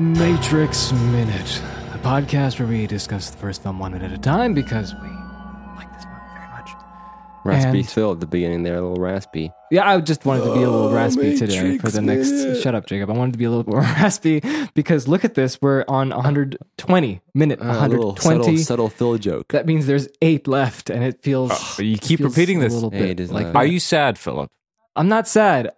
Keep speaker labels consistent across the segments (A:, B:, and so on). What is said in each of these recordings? A: Matrix Minute, a podcast where we discuss the first film one minute at a time because we like this movie very much.
B: Raspy
A: And-
B: Phil at the beginning there, a little raspy.
A: Yeah, I just wanted to be a little raspy today for
B: Matrix
A: the next.
B: Minute.
A: Shut up, Jacob. I wanted to be a little more raspy because look at this. We're on 120 minute,
B: Uh, a little
A: 120.
B: subtle, subtle Phil joke.
A: That means there's eight left, and it feels.
B: Uh,
C: But you keep
A: feels
C: repeating this.
A: a little
B: Hey,
A: bit
B: it is
A: like
B: not-
A: that.
C: Are you sad, Philip?
A: I'm not sad.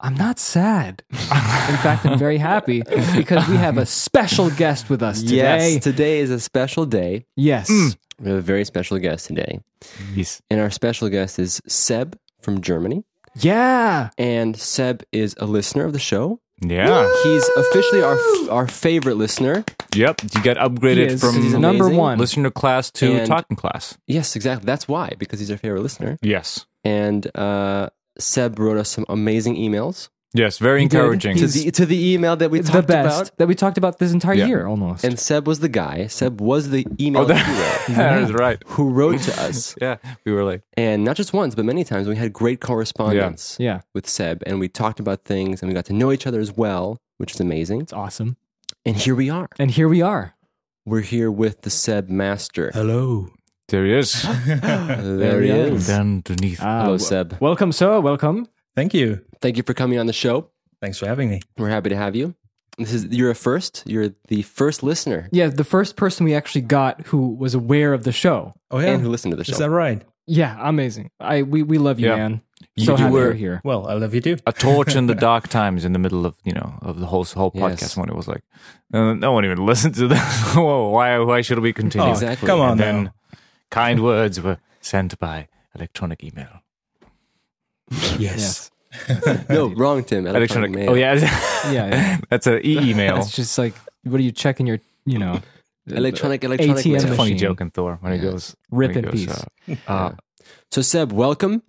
A: I'm not sad. In fact, I'm very happy because we have a special guest with us today.
B: Yes, Mm. today is a special day.
A: Yes.
B: We have a very special guest today,
C: Yes.
B: and our special guest is Seb from Germany.
A: Yeah.
B: And Seb is a listener of the show. Uh,
C: Yeah.
B: He's officially our our favorite listener.
C: Yep. You got
A: He
C: upgraded
A: is
C: from
B: He's
A: number
B: amazing.
A: one.
C: listener class to
B: And-
C: talking class.
B: Yes, exactly. That's why because he's our favorite listener.
C: Yes.
B: And uh, Seb wrote us some amazing emails
C: Yes. Very
A: He did.
C: encouraging.
B: to
A: He's-
B: the to the email that we
A: the
B: talked
A: best
B: about.
A: that we talked about this entire
C: Yeah.
A: year almost.
B: And Seb was the guy. Seb was the email
C: Oh, that,
B: hero
C: that is right.
B: who wrote to us.
C: Yeah. We were like,
B: and not just once, but many times. We had great correspondence
A: yeah.
B: with Seb, and we talked about things, and we got to know each other as well, which is amazing.
A: It's awesome.
B: And here we are.
A: And here we are.
B: We're here with the Seb Master.
D: Hello.
C: there he is.
B: There he
A: There he
B: is.
C: Down underneath.
A: Ah, w-
B: Hello, Seb.
A: Welcome, sir. Welcome.
D: Thank you.
B: Thank you for coming on the show.
D: Thanks for having me.
B: We're happy to have you. This is you're a first. You're the first listener
A: Yeah, the first person we actually got who was aware of the show.
D: Oh
B: and
D: yeah.
B: who listened to the
D: Is
B: show.
D: that right?
A: Yeah, amazing. I we, we love you,
C: Yeah.
A: man.
C: You-
A: So
C: you
A: happy
C: were-
A: you're here.
D: Well, I love you too.
C: a torch in the dark times in the middle of you know of the whole whole podcast
B: Yes.
C: when it was like uh, no one even listened to this. Whoa, why why should we continue?
D: Oh,
B: Exactly.
D: Come on
C: and then
D: now.
C: kind words were sent by electronic email.
A: Yes.
B: No, wrong, Tim.
C: Electronic.
B: mail.
C: Oh yeah,
A: Yeah, yeah.
C: that's an e email.
A: It's just like what are you checking your you know
B: Electronic, electronic.
A: ATM
C: It's a
B: mail.
A: machine.
C: funny joke in Thor when he
B: Yeah.
C: goes
A: Rip
C: when he
A: in
C: goes,
A: peace.
C: Uh, uh,
B: So Seb, welcome.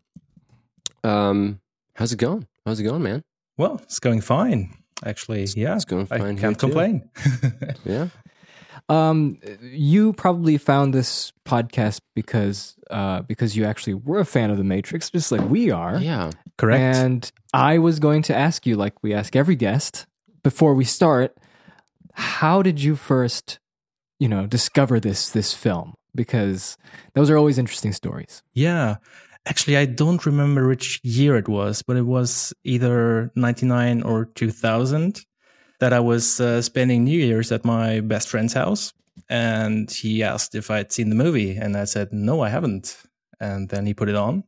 B: Um, how's it going? How's it going, man?
D: Well, it's going fine. Actually, yeah.
B: It's going
D: I
B: fine. here,
D: can't
B: too.
D: complain.
B: Yeah.
A: Um, you probably found this podcast because uh, because you actually were a fan of the Matrix, just like we are.
B: Yeah.
D: Correct.
A: And I was going to ask you, like we ask every guest before we start, how did you first, you know, discover this this film? Because those are always interesting stories.
D: yeah. Actually, I don't remember which year it was, but it was either 99 or 2000 that I was uh, spending New Year's at my best friend's house. And he asked if I'd seen the movie. And I said, no, I haven't. And then he put it on.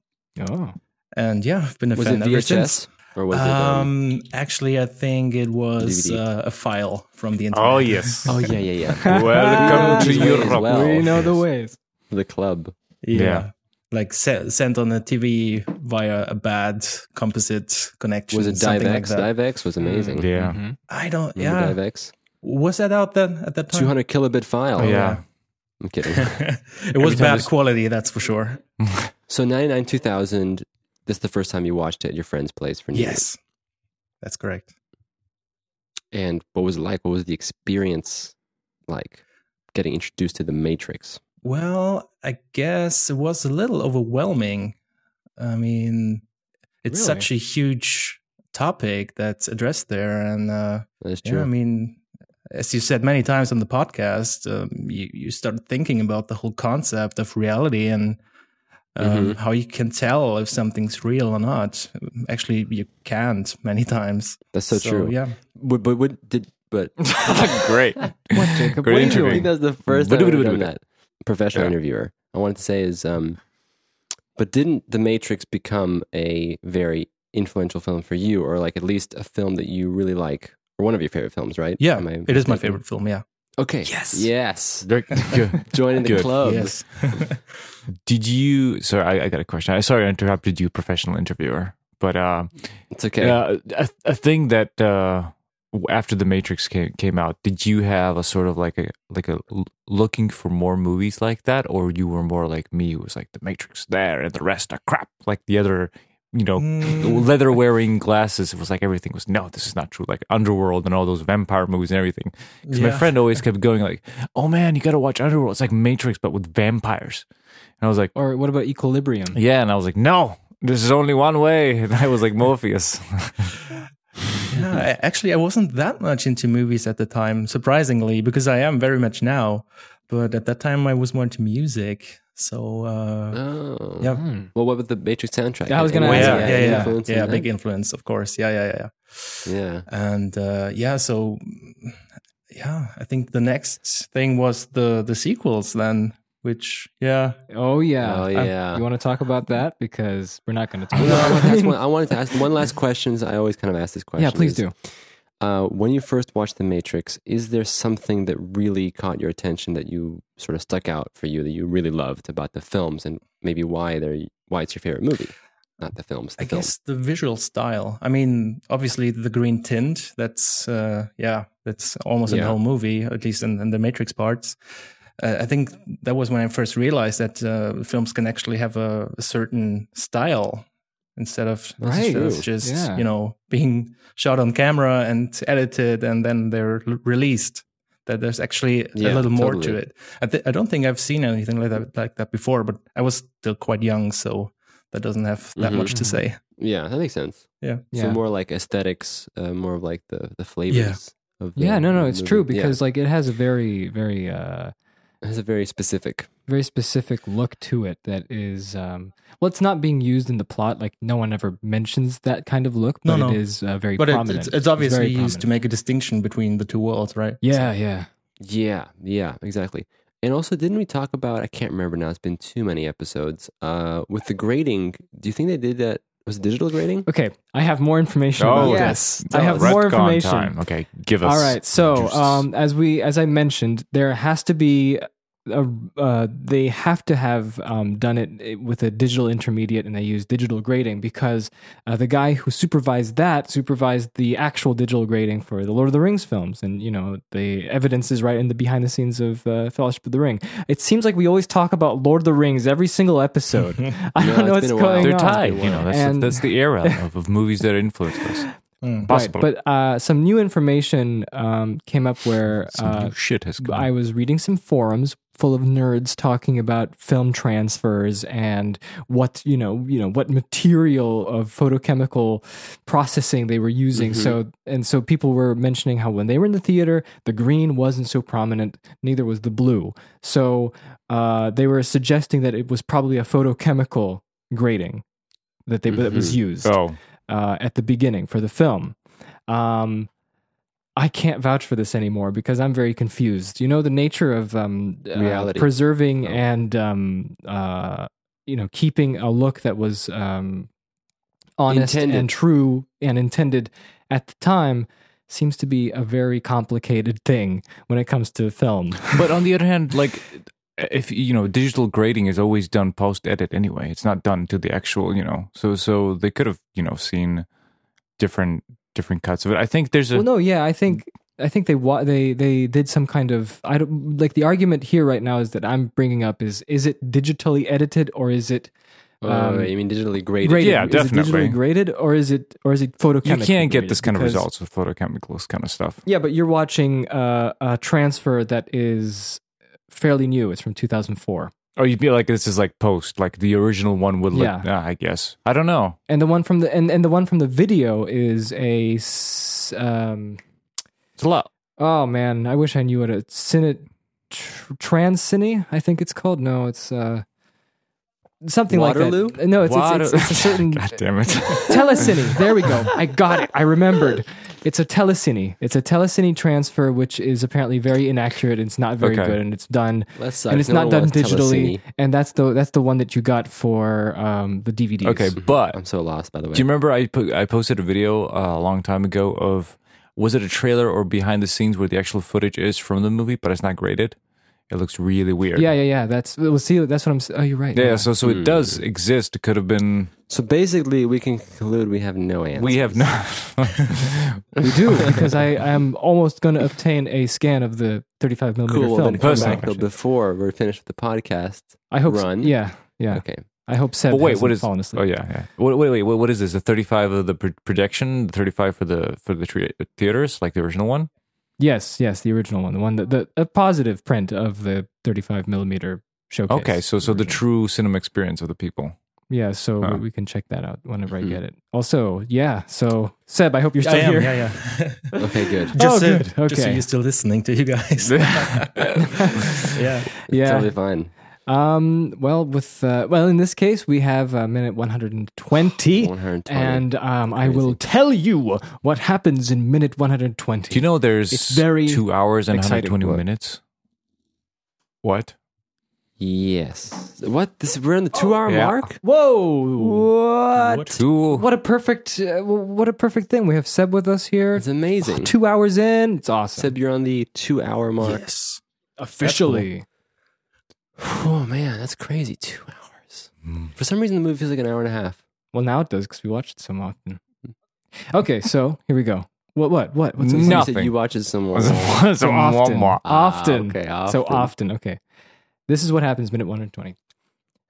A: Oh,
D: And yeah, I've been a
B: Was it
D: fan ever since.
B: VHS or was it? Um,
D: um, actually, I think it was
B: DVD?
D: uh, a file from the internet.
C: oh yes.
B: oh yeah, yeah, yeah.
C: Welcome to
B: As
C: Europe.
B: well.
A: we know the ways.
B: The club.
D: yeah.
C: Yeah.
D: Like se- sent on a TV via a bad composite connection.
B: Was it Dive
D: something
B: X?
D: Like that.
B: Dive X was amazing.
C: Yeah.
A: Mhm.
D: I don't.
B: Remember
D: yeah.
B: Dive X?
D: Was that out then at that time?
B: Two hundred kilobit file.
C: Oh, yeah.
B: I'm kidding.
D: it was
C: time
D: bad
C: this-
D: quality, that's for sure.
B: so ninety nine two thousand. This is the first time you watched it at your friend's place for New Year's.
D: Yes, that's correct.
B: And what was it like? What was the experience like? Getting introduced to the Matrix.
D: Well, I guess it was a little overwhelming. I mean, it's
A: Really?
D: such a huge topic that's addressed there, and uh,
B: That is
D: Yeah,
B: true.
D: I mean, as you said many times on the podcast, um, you you start thinking about the whole concept of reality and um,
B: Mhm.
D: how you can tell if something's real or not. Actually, you can't many times.
B: That's so, true.
D: Yeah,
B: But, but what did? But
C: Great.
A: Mm-hmm. What, Jacob?
C: Great
A: What are you
B: I
C: interview.
B: think that was the first
C: But-
B: time I've
C: but-
B: done
C: but-
B: that. Professional
C: Yeah.
B: interviewer. I wanted to say is, um, but didn't The Matrix become a very influential film for you, or like at least a film that you really like, or one of your favorite films, right?
D: yeah,
B: Am I
D: it is my
B: mistaken?
D: favorite film. Yeah,
B: Okay.
D: Yes.
B: Yes.
C: Good.
B: Joining the
C: Good.
B: club.
D: yes.
C: Did you? Sorry, I, I got a question. I sorry I interrupted you, professional interviewer. But uh,
B: It's okay.
C: uh, a, a thing that uh, w- after the Matrix came, came out, did you have a sort of like a like a l- looking for more movies like that, or you were more like me, who was like the Matrix there and the rest are crap, like the other, you know,
D: Mm,
C: leather wearing glasses. It was like everything was no, this is not true. Like Underworld and all those vampire movies and everything. Because my
D: Mm, yeah.
C: friend always kept going like, "Oh man, you got to watch Underworld. It's like Matrix but with vampires." And I was like,
A: Or what about Equilibrium?
C: "Yeah," and I was like, "No, this is only one way." And I was like, "Morpheus."
D: yeah, I- actually, I wasn't that much into movies at the time, surprisingly, because I am very much now. But at that time, I was more into music. So, uh,
B: Oh.
D: yeah.
A: Hmm.
B: Well, what about the Matrix soundtrack?
A: Yeah, I was
B: Any-
A: gonna
D: Oh,
A: ask
D: yeah,
A: you.
D: yeah, yeah,
B: any
D: yeah,
B: influence in that?
D: big influence, of course. Yeah, yeah, yeah, yeah.
B: Yeah.
D: And uh, yeah, so yeah, I think the next thing was the the sequels then, which yeah,
A: Oh yeah.
B: Oh, yeah.
A: You want to talk about that because we're not going to talk
B: No, I,
A: about
B: wanted to ask
A: it.
B: one, I wanted to ask one last question. I always kind of ask this question.
A: yeah, please
B: is,
A: do.
B: Uh, when you first watched The Matrix, is there something that really caught your attention that you sort of stuck out for you that you really loved about the films and maybe why they're why it's your favorite movie, not the films? The
D: I
B: film.
D: guess the visual style. I mean, obviously the green tint. That's uh, yeah, that's almost in the
B: Yeah.
D: whole movie, at least in, in the Matrix parts. Uh, I think that was when I first realized that uh, films can actually have a, a certain style instead of,
A: That's
D: instead
B: true.
D: of just
A: Yeah.
D: you know being shot on camera and edited and then they're l- released. That there's actually
B: Yeah,
D: a little more to
B: totally.
D: it. I, th- I don't think I've seen anything like that, like that before, but I was still quite young, so that doesn't have that
B: Mhm.
D: much
A: Mm-hmm,
D: to say.
B: Yeah, that makes sense.
D: Yeah.
A: Yeah.
B: So more like aesthetics, uh, more of like the the flavors. Of the,
A: yeah, no, no,
B: of the
A: it's
B: movie.
A: true
B: Yeah.
A: because like it has a very, very, uh,
B: it has a very specific.
A: very specific look to it that is, um, well, it's not being used in the plot. Like no one ever mentions that kind of look,
D: No,
A: but
D: no.
A: it is uh, very
D: but it,
A: prominent.
D: it's, it's
A: very
D: obviously used to
A: prominent.
D: make a distinction between the two worlds, right?
A: Yeah, yeah.
B: Yeah, yeah, exactly. And also, didn't we talk about? I can't remember now. It's been too many episodes. Uh, with the grading, do you think they did that? Was it digital grading?
A: Okay, I have more information.
C: Oh,
A: about
B: yes.
A: this. I have
C: Retcon
A: more information.
C: Time. Okay, give us.
A: All right. So,
C: juice.
A: um, as we as I mentioned, there has to be a, uh, they have to have um, done it with a digital intermediate, and they use digital grading because uh, the guy who supervised that supervised the actual digital grading for the Lord of the Rings films, and you know the evidence is right in the behind the scenes of uh, Fellowship of the Ring. It seems like we always talk about Lord of the Rings every single episode. I
B: No,
A: don't know what's
B: it's been a while.
A: going
C: they're
A: on.
C: tied. You know, that's,
A: And-
C: the, that's the era of, of movies that influenced us.
D: Mm.
A: Right,
C: Possible.
A: but uh, some new information um, came up where
C: Some
A: uh,
C: new shit has come.
A: I was reading some forums full of nerds talking about film transfers and what you know, you know, what material of photochemical processing they were using. So and so people were mentioning how when they were in the theater, the green wasn't so prominent, neither was the blue. So uh, they were suggesting that it was probably a photochemical grading that they that was used
C: oh,
A: uh, at the beginning for the film. Um, I can't vouch for this anymore because I'm very confused. You know the nature of um, uh,
B: Reality.
A: preserving
B: Oh.
A: and um, uh, you know keeping a look that was um, honest
B: Intended.
A: and true and intended at the time seems to be a very complicated thing when it comes to film.
C: but on the other hand, like if you know, digital grading is always done post edit anyway. It's not done to the actual, you know. So so they could have you know seen different different cuts of it. I think there's a
A: well, no, yeah, I think
C: Mm.
A: I think they wa- they they did some kind of I don't like the argument here right now is that I'm bringing up is is it digitally edited or is it
B: oh,
A: Um,
B: you mean digitally graded?
A: graded?
C: Yeah,
A: is It
C: definitely.
A: digitally graded or is it or is it photochemical?
C: you can't get
A: graded?
C: this kind of
A: Because-
C: results with photochemicals kind of stuff.
A: Yeah, but you're watching uh, a transfer that is fairly new. It's from 2004,
C: Oh, you feel like this is like post, like the original one would look.
A: Yeah.
C: ah, I guess I don't know.
A: and the one from the and, and the one from the video is a s- um,
C: It's a lot.
A: oh man, I wish I knew what a cine tr- trans cine I think it's called. No, it's uh, something
B: Waterloo?
A: like that. No, Oh, it's
C: Water-
A: it's, it's, it's a certain
C: God damn it.
A: telecine. There we go. I got it. I remembered. It's a telecine. It's a telecine transfer, which is apparently very inaccurate. It's not very
C: Okay.
A: good, and it's done,
B: That sucks.
A: and it's
B: No
A: not
B: one
A: done
B: wants
A: digitally.
B: telecine.
A: And that's the that's the one that you got for um, the DVDs.
C: okay, but
B: I'm so lost, by the way.
C: Do you remember I po- I posted a video uh, a long time ago of was it a trailer or behind the scenes where the actual footage is from the movie, but it's not graded? It looks really weird.
A: Yeah, yeah, yeah. That's well. See, that's what I'm. s- Oh, you're right.
C: Yeah, so so it does exist. It could have been.
B: so basically, we can conclude we have no answer.
C: We have no.
A: we do because I I am almost going to obtain a scan of the 35 millimeter
B: cool.
A: film.
B: Then come
C: Personally.
B: back though before we're finished with the podcast.
A: I hope.
B: run.
A: Yeah, yeah.
B: Okay.
A: I hope. Seb
C: But wait,
A: hasn't
C: what is-
A: fallen asleep.
C: oh yeah, yeah. Wait, wait, wait. What, what is this? The thirty-five of the pro- projection, the thirty-five for the for the tre- theaters, like the original one.
A: Yes, yes, the original one, the one that the a positive print of the 35 millimeter showcase.
C: Okay, so so the
A: original.
C: true cinema experience of the people.
A: Yeah, so
C: Huh. Hmm.
A: we we can check that out whenever I get it. Also, yeah, so Seb, I hope you're still
D: I am,
A: here.
D: yeah, yeah.
B: Okay, good.
D: just,
A: Oh,
D: uh,
A: good.
D: just so
A: Okay.
D: you're still listening to you guys. yeah.
A: Yeah.
B: Totally fine.
A: Um. Well, with uh, well, in this case, we have uh, minute one hundred and twenty,
B: 120.
A: and um, I will tell you what happens in minute one hundred twenty.
C: Do you know there's
A: It's very
C: two hours and
A: exciting.
C: 120
A: What?
C: minutes? What?
B: yes. What? This we're on the
A: Oh,
B: two hour
C: Yeah.
B: mark.
A: Whoa!
B: What?
C: Two.
A: What a perfect, uh, what a perfect thing. We have Seb with us here.
B: It's amazing.
A: Two hours in, it's awesome.
B: Seb, you're on the two hour mark.
D: Yes.
A: Officially,
B: Oh man, that's crazy. Two hours.
A: Mm.
B: For some reason, the movie feels like an hour and a half.
A: well, now it does because we watch it so often. Okay, so here we go. What? What? What? What's
C: No.
A: this?
B: You said
C: Nothing.
B: you watch it somewhere.
A: So often. Often.
B: okay,
A: So
B: often.
A: often. Okay. This is what happens minute 120.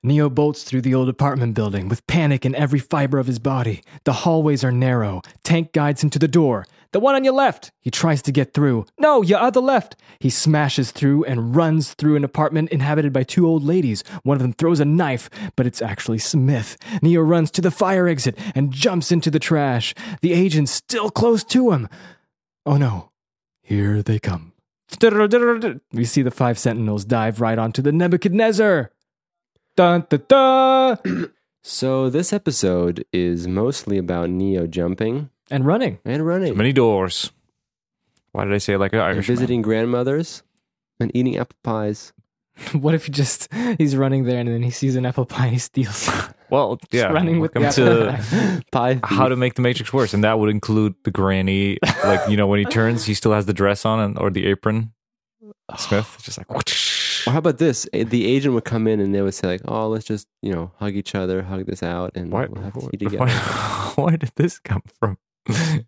A: Neo bolts through the old apartment building with panic in every fiber of his body. The hallways are narrow. Tank guides him to the door. The one on your left! He tries to get through. No, your other left! He smashes through and runs through an apartment inhabited by two old ladies. One of them throws a knife, but it's actually Smith. Neo runs to the fire exit and jumps into the trash. The agent's still close to him. Oh no, here they come. We see the five sentinels dive right onto the Nebuchadnezzar. Dun, dun, dun,
B: So this episode is mostly about Neo jumping
A: and running.
B: and running,
C: Many doors. Why did I say it like an
B: and
C: Irishman?
B: visiting grandmothers, and eating apple pies.
A: What if he just he's running there and then he sees an apple pie and he steals? it?
C: Well, yeah.
A: running with the
C: welcome
A: apple
C: to
B: Pie. thief.
C: how to make the Matrix worse, and that would include the granny. Like you know, when he turns, he still has the dress on and, or the apron. Smith it's just like
B: Or how about this? A- The agent would come in and they would say like, "Oh, let's just you know hug each other, hug this out, and
C: why,
B: we'll have to
C: why,
B: eat together."
C: why, did this come from?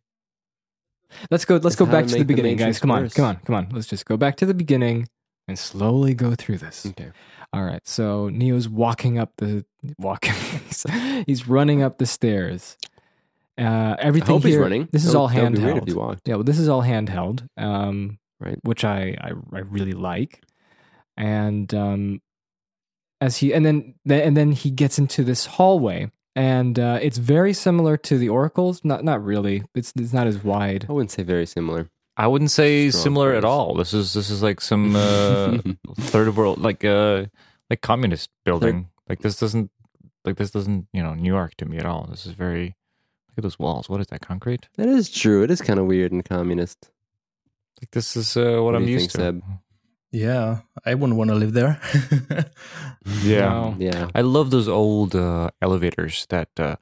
A: Let's go. Let's
B: It's
A: go
B: how
A: back
B: to
A: to the
B: make the
A: beginning,
B: Matrix
A: guys. Come on,
B: worse.
A: come on, come on. Let's just go back to the beginning and slowly go through this.
C: Hmm.
B: Okay.
A: All right. So Neo's walking up the walking. he's, he's running up the stairs. Uh,
B: I
A: everything
B: hope
A: here.
B: he's running.
A: This is
B: That would-
A: all
B: that would be weird if
A: handheld.
B: he walked.
A: Yeah, well, this is all handheld, um,
B: Right.
A: Which I, I I really like, and um, as he and then th- and then he gets into this hallway, and uh, it's very similar to the Oracle's. Not not really. It's it's not as wide.
B: I wouldn't say very similar.
C: I wouldn't say
B: Strong
C: similar at
B: voice.
C: all. This is this is like some uh, third world, like uh, like communist building. Like this doesn't, like this doesn't, you know, New York to me at all. This is very. Look at those walls. What is that concrete?
B: That is true. It is kind of weird and communist.
C: Like this is uh, what,
B: What do
C: I'm
B: you
C: used
B: think,
C: to.
D: Yeah. I wouldn't want to live there.
C: Yeah.
A: No.
B: Yeah.
C: I love those old uh, elevators that. Uh,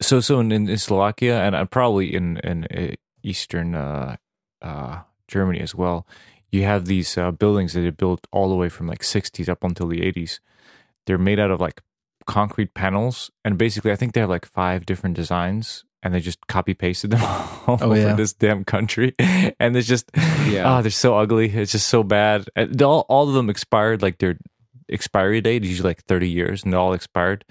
C: so so in, in Slovakia and uh, probably in in uh, Eastern uh, uh, Germany as well, you have these uh, buildings that are built all the way from like 60s up until the 80s. They're made out of like concrete panels, and basically I think they have like five different designs. And they just copy pasted them all
D: Oh,
C: over
D: yeah.
C: this damn country, and it's just,
B: Yeah.
A: Uh,
C: oh, they're so ugly. It's just so bad. And they all, all of them expired like their expiry date is usually like 30 years and they're all expired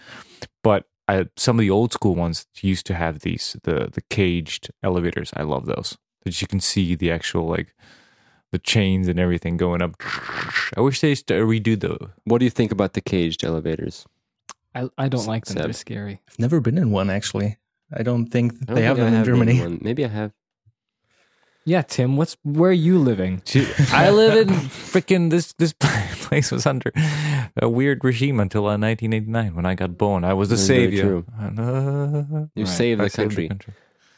C: but I, some of the old school ones used to have these the the caged elevators i love those that you can see the actual like the chains and everything going up i wish they used to redo the
B: What do you think about the caged elevators?
A: I I don't like them.
B: Seb.
A: They're scary.
D: I've never been in one, actually. I don't
B: I
D: think
B: don't
D: they have
B: think I
D: them in
B: been
D: Germany.
B: one. Maybe I have.
A: Yeah, Tim. What's where are you living?
C: i live in freaking this this place was under a weird regime until uh, 1989 when i got born i was the
B: That's very
C: savior
B: true.
C: And, uh,
B: You
A: Right.
B: save
C: I
B: the
C: saved
B: country.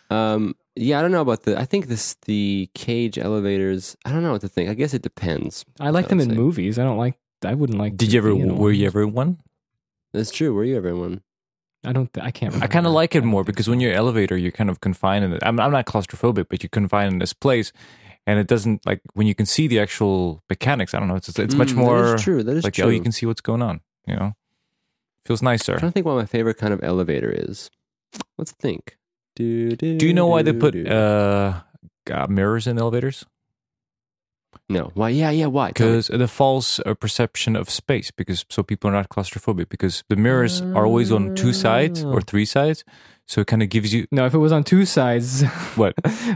B: Um, yeah, I don't know about the. I think this the cage elevators. I don't know what to think. I guess it depends.
A: I like
B: I
A: them
B: would
A: in
B: say.
A: movies. I don't like. I wouldn't like.
C: did
A: to
C: you ever
A: be in
C: were you
A: one.
C: ever in one
B: That's true. Were you ever in one?
A: I don't. Th- I can't.
C: I
A: Remember.
C: kind of like it
A: don't
C: more
A: think
C: because
A: so.
C: when you're elevator, you're kind of confined in it. I'm, I'm not claustrophobic, but you're confined in this place, and it doesn't like when you can see the actual mechanics. I don't know. It's it's, it's much
B: Mm,
C: more
B: That is true. That is
C: like
B: true.
C: oh, you can see what's going on. You know, feels
B: I'm
C: nicer.
B: trying to think what my favorite kind of elevator is. Let's think. Do, do,
C: Do you know why they
B: do,
C: put
B: do.
C: uh, uh, mirrors in elevators?
B: no? Why? Yeah, yeah. Why? Tell me.
C: Because the false uh, perception of space, because so people are not claustrophobic, because the mirrors are always on two sides or
B: Oh.
C: three sides. So it kind of gives you
A: No, if it was on two sides,
C: what?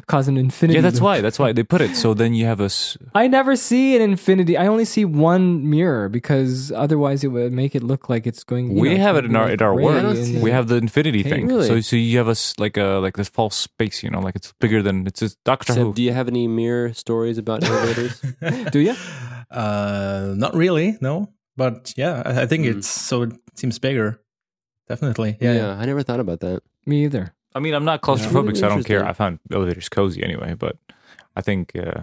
A: cause an infinity.
C: Yeah, that's
A: loop.
C: why. That's why they put it. So then you have a s-
A: I never see an infinity. I only see one mirror because otherwise it would make it look like it's going. you
C: we
A: know,
C: have it in our at our
A: gray
C: work.
B: don't
A: and-
B: see-
C: We have the infinity
A: Hey,
C: thing.
A: really?
C: So so you have us like a like this false space. You know, like it's bigger than it's just Doctor
B: Seb,
C: Who.
B: do you have any mirror stories about elevators?
A: Do you?
D: Uh, not really, no. But yeah, I, I think
B: Hmm.
D: it's so it seems bigger. Definitely, yeah. yeah.
B: I never thought about that.
A: Me either.
C: I mean, I'm not claustrophobic, so I don't care.
B: Interesting.
C: I found elevators cozy anyway. But I think uh,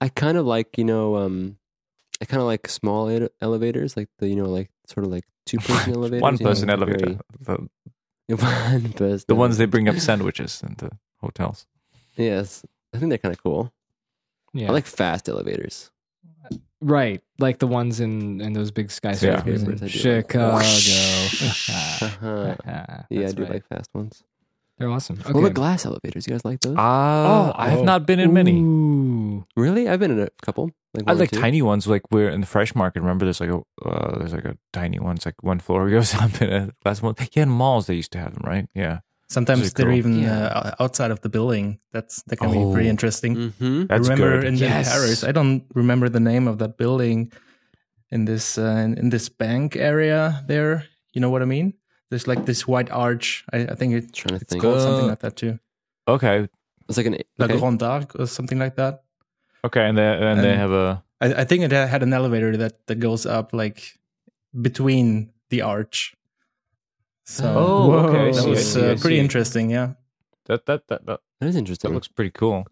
B: I kind of like you know, um, I kind of like small ele- elevators, like the you know, like sort of like two person elevators,
C: one
B: you know,
C: person
B: like
C: elevator,
B: very-
C: the,
B: one person,
C: the ones they bring up sandwiches in the hotels.
B: Yes, I think they're kind of cool.
A: Yeah.
B: I like fast elevators.
A: right, like the ones in in those big skyscrapers
B: Skyscrapers, I
A: in
B: do.
A: Chicago. Ah,
B: Uh-huh.
A: yeah,
B: yeah, I do like fast ones.
A: They're awesome.
B: What
A: Okay.
B: about glass elevators? You guys like those?
A: Oh,
C: Ah, I have
A: oh.
C: not been in many.
A: Ooh.
B: really? I've been in a couple. Like
C: I
B: one or
C: like
B: two.
C: tiny ones, like we're in the fresh market. Remember, there's like a uh, there's like a tiny one. It's like one floor goes up in a glass one. Yeah, in malls they used to have them, right? Yeah,
D: Sometimes
C: Those are
D: they're
C: cool.
D: even
B: Yeah.
D: uh, o- outside of the building. That's that can
C: Oh.
D: be pretty interesting.
B: Mm-hmm.
C: that's
D: I remember in
A: Yes.
D: Paris. I don't remember the name of that building in this uh, in, in this bank area there. You know what I mean? There's like this white arch. I, I think it's
B: Trying to think.
D: called
C: Uh,
D: something like that too.
C: okay,
B: It's like an
D: La
B: okay.
D: Grande Arc or something like that.
C: okay, and they, and, they
D: And-
C: have a
D: I, I think it had an elevator that that goes up like between the arch. So
B: Oh, okay.
D: that
A: I
D: was
A: see, I
D: uh, pretty
B: see.
D: interesting. Yeah.
C: that that that that,
B: That is
C: that
B: interesting.
C: looks pretty cool.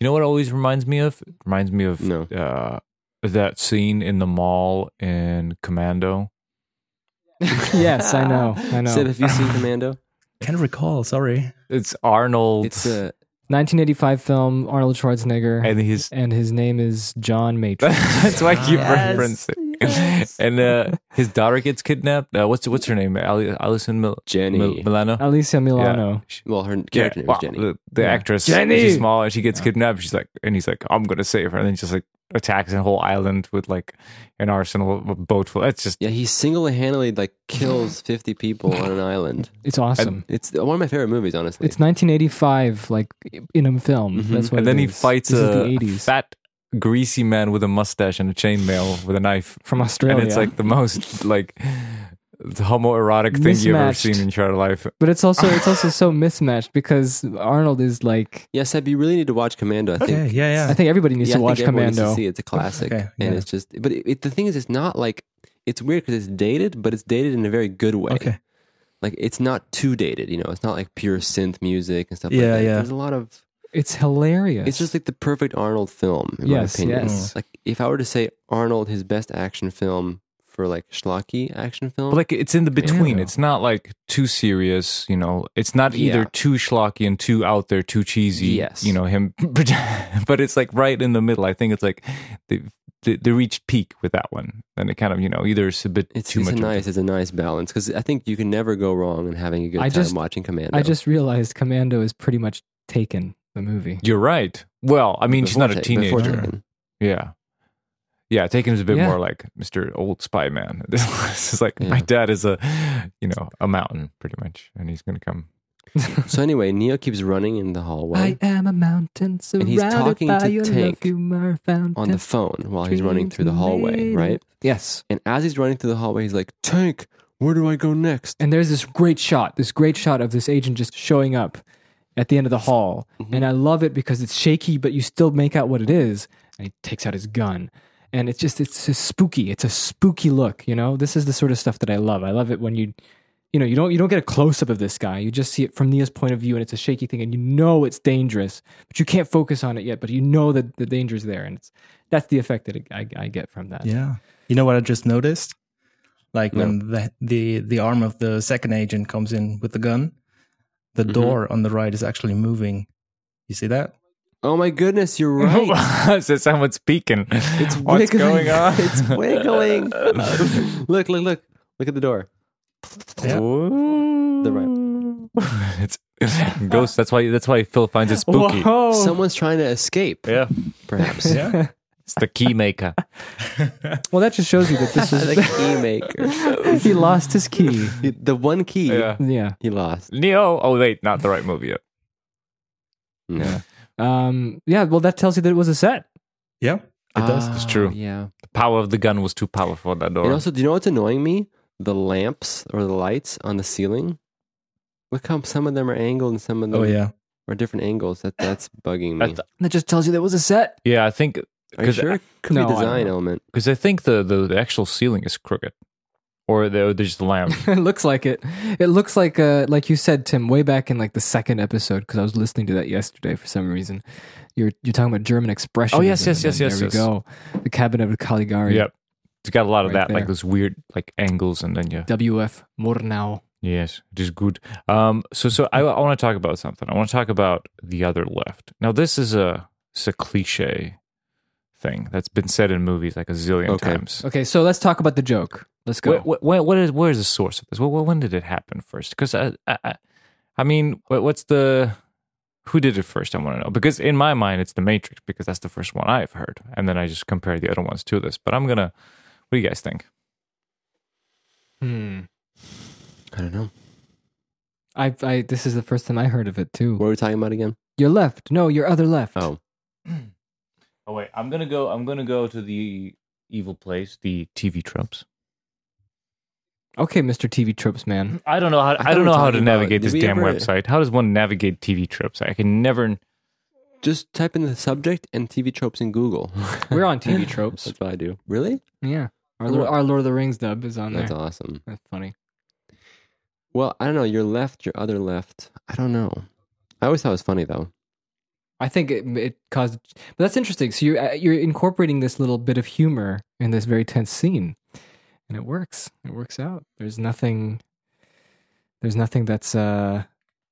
C: You know what always reminds me of? It reminds me of
B: No.
C: uh, that scene in the mall in Commando.
A: yes, I know. I know.
B: Seb, have you seen Commando?
D: Can't recall. Sorry.
C: It's uh, Arnold
B: It's uh, a
A: 1985 film Arnold Schwarzenegger and,
C: and his.
A: his name is John Matrix.
C: that's why I keep
D: Yes.
C: referencing. And uh, his daughter gets kidnapped. Uh, what's what's her name? Ali- Alison Mil-
B: Jenny.
C: Mil- Milano.
A: Alicia Milano.
B: well, her character name
C: wow,
B: is Jenny.
C: The, the
A: Yeah.
C: actress,
A: Jenny!
C: she's small and she gets kidnapped. She's like, and he's like, I'm gonna save her, and then just like attacks a whole island with like an arsenal of a boat full. That's just
B: Yeah, he single-handedly like kills 50 people on an island.
A: It's awesome.
B: It's one of my favorite movies, honestly.
A: it's 1985, like in a film.
B: Mhm.
A: That's what.
C: Mm-hmm. and then
A: it
C: he
A: is.
C: fights
A: This is
C: a
A: the 80s
C: fat, greasy man with a mustache and a chainmail with a knife,
A: from Australia.
C: and it's like the most like homoerotic thing you've ever
A: Mismatched.
C: seen in your life.
A: but it's also it's also so mismatched because Arnold is like.
B: yeah, Seb, you really need to watch Commando. I think.
D: Yeah. Yeah. Yeah.
A: I think everybody needs
B: yeah,
A: to
B: I
A: watch
B: think everyone
A: Commando.
B: Needs to see it. It's a classic,
D: Okay,
B: and
D: yeah.
B: it's just. But it, it- the thing is, it's not like it's weird because it's dated, but it's dated in a very good way.
D: Okay.
B: Like it's not too dated. You know, it's not like pure synth music and stuff.
D: Yeah,
B: like that.
D: yeah.
B: There's a lot of.
A: It's hilarious.
B: It's just like the perfect Arnold film, in
A: Yes,
B: my opinion. Mm.
A: yes.
B: Like if I were to say Arnold, his best action film for like schlocky action film,
C: But like it's in the between.
A: Yeah.
C: It's not like too serious, you know. It's not either
B: Yeah.
C: too schlocky and too out there, too cheesy.
B: Yes.
C: you know him. but it's like right in the middle. I think it's like they they, they reached peak with that one, and it kind of you know either it's a bit
B: It's,
C: too
B: it's
C: much.
B: a
C: of
B: nice, it's a nice balance because I think you can never go wrong in having a good
A: I
B: time
A: just-
B: watching Commando.
A: I just realized Commando is pretty much taken the movie.
C: You're right. Well, I mean, she's
B: Before
C: not a
B: Ta- before
C: teenager.
B: Taken.
C: Yeah. Yeah, Taken's a bit
A: Yeah.
C: more like Mr. Old Spy Man. This is like
B: Yeah.
C: my dad is a, you know, a mountain pretty much, and he's gonna come.
B: So anyway, Neo keeps running in the hallway
A: I am a mountain surrounded
B: he's talking
A: by
B: to
A: your
B: Tank
A: love, you are fountain.
B: on the phone while he's running
A: Dreams
B: through the hallway,
A: made
B: right?
A: yes.
B: And as he's running through the hallway, he's like, "Tank, where do I go next?"
A: And there's this great shot, this great shot of this agent just showing up at the end of the hall. And I love it because it's shaky, but you still make out what it is. And he takes out his gun. And it's just, it's just spooky. It's a spooky look, you know? This is the sort of stuff that I love. I love it when you, you know, you don't, you don't get a close up of this guy. You just see it from Nia's point of view and it's a shaky thing and you know it's dangerous, but you can't focus on it yet, but you know that the danger's there. And it's, that's the effect that it, I, I get from that.
D: Yeah. You know what I just noticed? Like
B: No.
D: when the, the the arm of the second agent comes in with the gun, the
A: Mm-hmm.
B: Mhm.
D: door on the right is actually moving. You see that?
B: Oh my goodness, you're right.
C: so someone's speaking.
B: It's
C: What's
B: wiggling.
C: going on?
B: it's wiggling. look, look, look, look at the door.
D: Yeah.
C: The right. it's
B: Oh.
C: ghost. That's why. That's why Phil finds it spooky.
A: Whoa.
B: Someone's trying to escape,
C: Yeah.
B: perhaps.
D: Yeah.
C: It's the key maker.
A: Well, that just shows you that this
B: the
A: is
B: key maker.
A: he lost his key.
B: the one key
A: Yeah.
B: he lost.
C: Neo. Oh wait, not the right movie yet.
B: No.
C: Yeah.
A: Um. Yeah. Well, that tells you that it was a set.
D: Yeah, it does.
B: Ah,
C: It's true.
B: Yeah.
C: The power of the gun was too powerful on that door.
B: And also, do you know what's annoying me? The lamps or the lights on the ceiling. Look how some of them are angled and some of them
D: Oh yeah.
B: are different angles. That that's bugging me.
C: That's-
A: That just tells you that it was a set.
C: yeah, I think
B: are you
C: because
B: sure? Could
A: No, I
B: be
A: don't
B: design
A: know.
B: element.
C: because I think the, the the actual ceiling is crooked, or the, there's the lamp.
A: it looks like it. It looks like uh, like you said, Tim, way back in like the second episode, because I was listening to that yesterday for some reason. You're you're talking about German expression.
C: Oh, yes, yes, yes, yes,
A: There
C: yes.
A: we go. The Cabinet of Caligari.
C: Yep, it's got a lot of
A: Oh, Right
C: that, like
A: there.
C: those weird like angles, and then yeah,
A: W.F. Murnau.
C: Yes, it is good. Um, so so I, I want to talk about something. I want to talk about the other left. Now this is a it's a cliche thing that's been said in movies like a zillion
B: Okay.
C: times.
A: Okay, so let's talk about the joke. Let's go.
C: Wh- wh- wh- what is where is the source of this? Well, when did it happen first? Because I, I I- I mean, wh- what's the who did it first? I want to know because in my mind it's the Matrix because that's the first one I've heard, and then I just compare the other ones to this. But I'm gonna. What do you guys think?
A: Hmm.
B: I don't know.
A: I, I this is the first time I heard of it
B: What
A: too.
B: are we talking about again?
A: Your left, no, your other left.
B: Oh,
C: Oh wait, I'm gonna go. I'm gonna go to the evil place, the TV tropes.
A: okay, Mr. TV tropes man.
C: I don't know how. I,
B: thought
C: don't
B: we
C: know
B: were
C: how
B: talking
C: to
B: about-
C: navigate
B: did
C: this
B: we
C: damn
B: ever-
C: website. How does one navigate TV trips? I can never.
B: just type in the subject and TV tropes in Google.
A: We're on TV tropes.
B: That's what I do. Really?
A: Yeah, our Lord, our Lord of the Rings dub is on
B: That's
A: there.
B: awesome.
A: That's funny.
B: Well, I don't know. Your left, your other left. I don't know. I always thought it was funny though.
A: I think it, it caused, but that's interesting. So you're uh, you're incorporating this little bit of humor in this very tense scene, and it works. It works out. There's nothing. There's nothing that's uh,